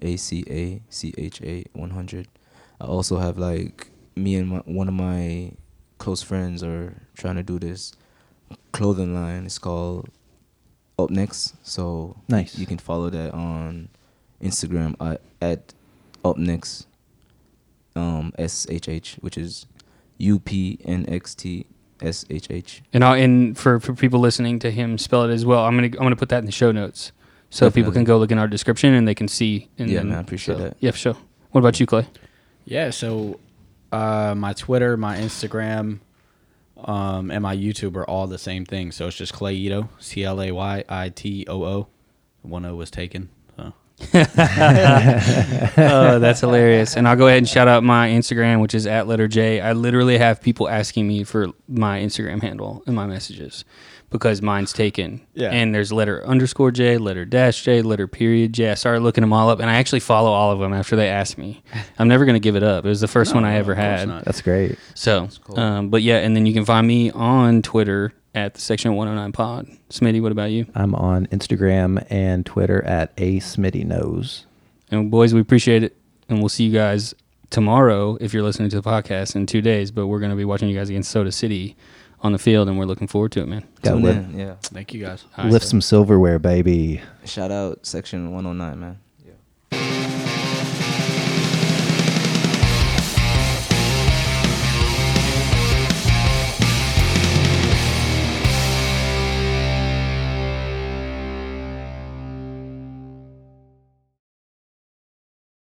A C A C H A one hundred. I also have like me and my, one of my close friends are trying to do this clothing line. It's called Up Next. So
Nice.
you can follow that on Instagram at, at Up Next um S H H, which is U P N X T S H H.
And I'll, and for, for people listening to him spell it as well, I'm gonna I'm gonna put that in the show notes so people
Definitely.
can go look in our description and they can see. And
Yeah,
then-
man, I appreciate
so-
that.
Yeah, for sure. What about you, Clay?
Yeah, so uh, my Twitter, my Instagram, um, and my YouTube are all the same thing. So it's just Clay Ito, C L A Y I T O O. One O was taken. So.
oh, that's hilarious. And I'll go ahead and shout out my Instagram, which is at letter J. I literally have people asking me for my Instagram handle in my messages because mine's taken.
Yeah.
And there's letter underscore J, letter dash J, letter period J. I started looking them all up and I actually follow all of them after they asked me. I'm never going to give it up. It was the first one I
no,
ever
of course
had.
not.
That's great.
So,
cool.
um, but yeah, and then you can find me on Twitter at the section 109 pod. Smitty, what about you?
I'm on Instagram and Twitter at a Smitty knows.
And boys, we appreciate it. And we'll see you guys tomorrow if you're listening to the podcast in two days. But we're going to be watching you guys against Soda City on the field, and we're looking forward to it, man.
Got
Tune
lift,
in, yeah.
Thank you guys.
All right.
lift some silverware, baby.
Shout out section one oh nine, man.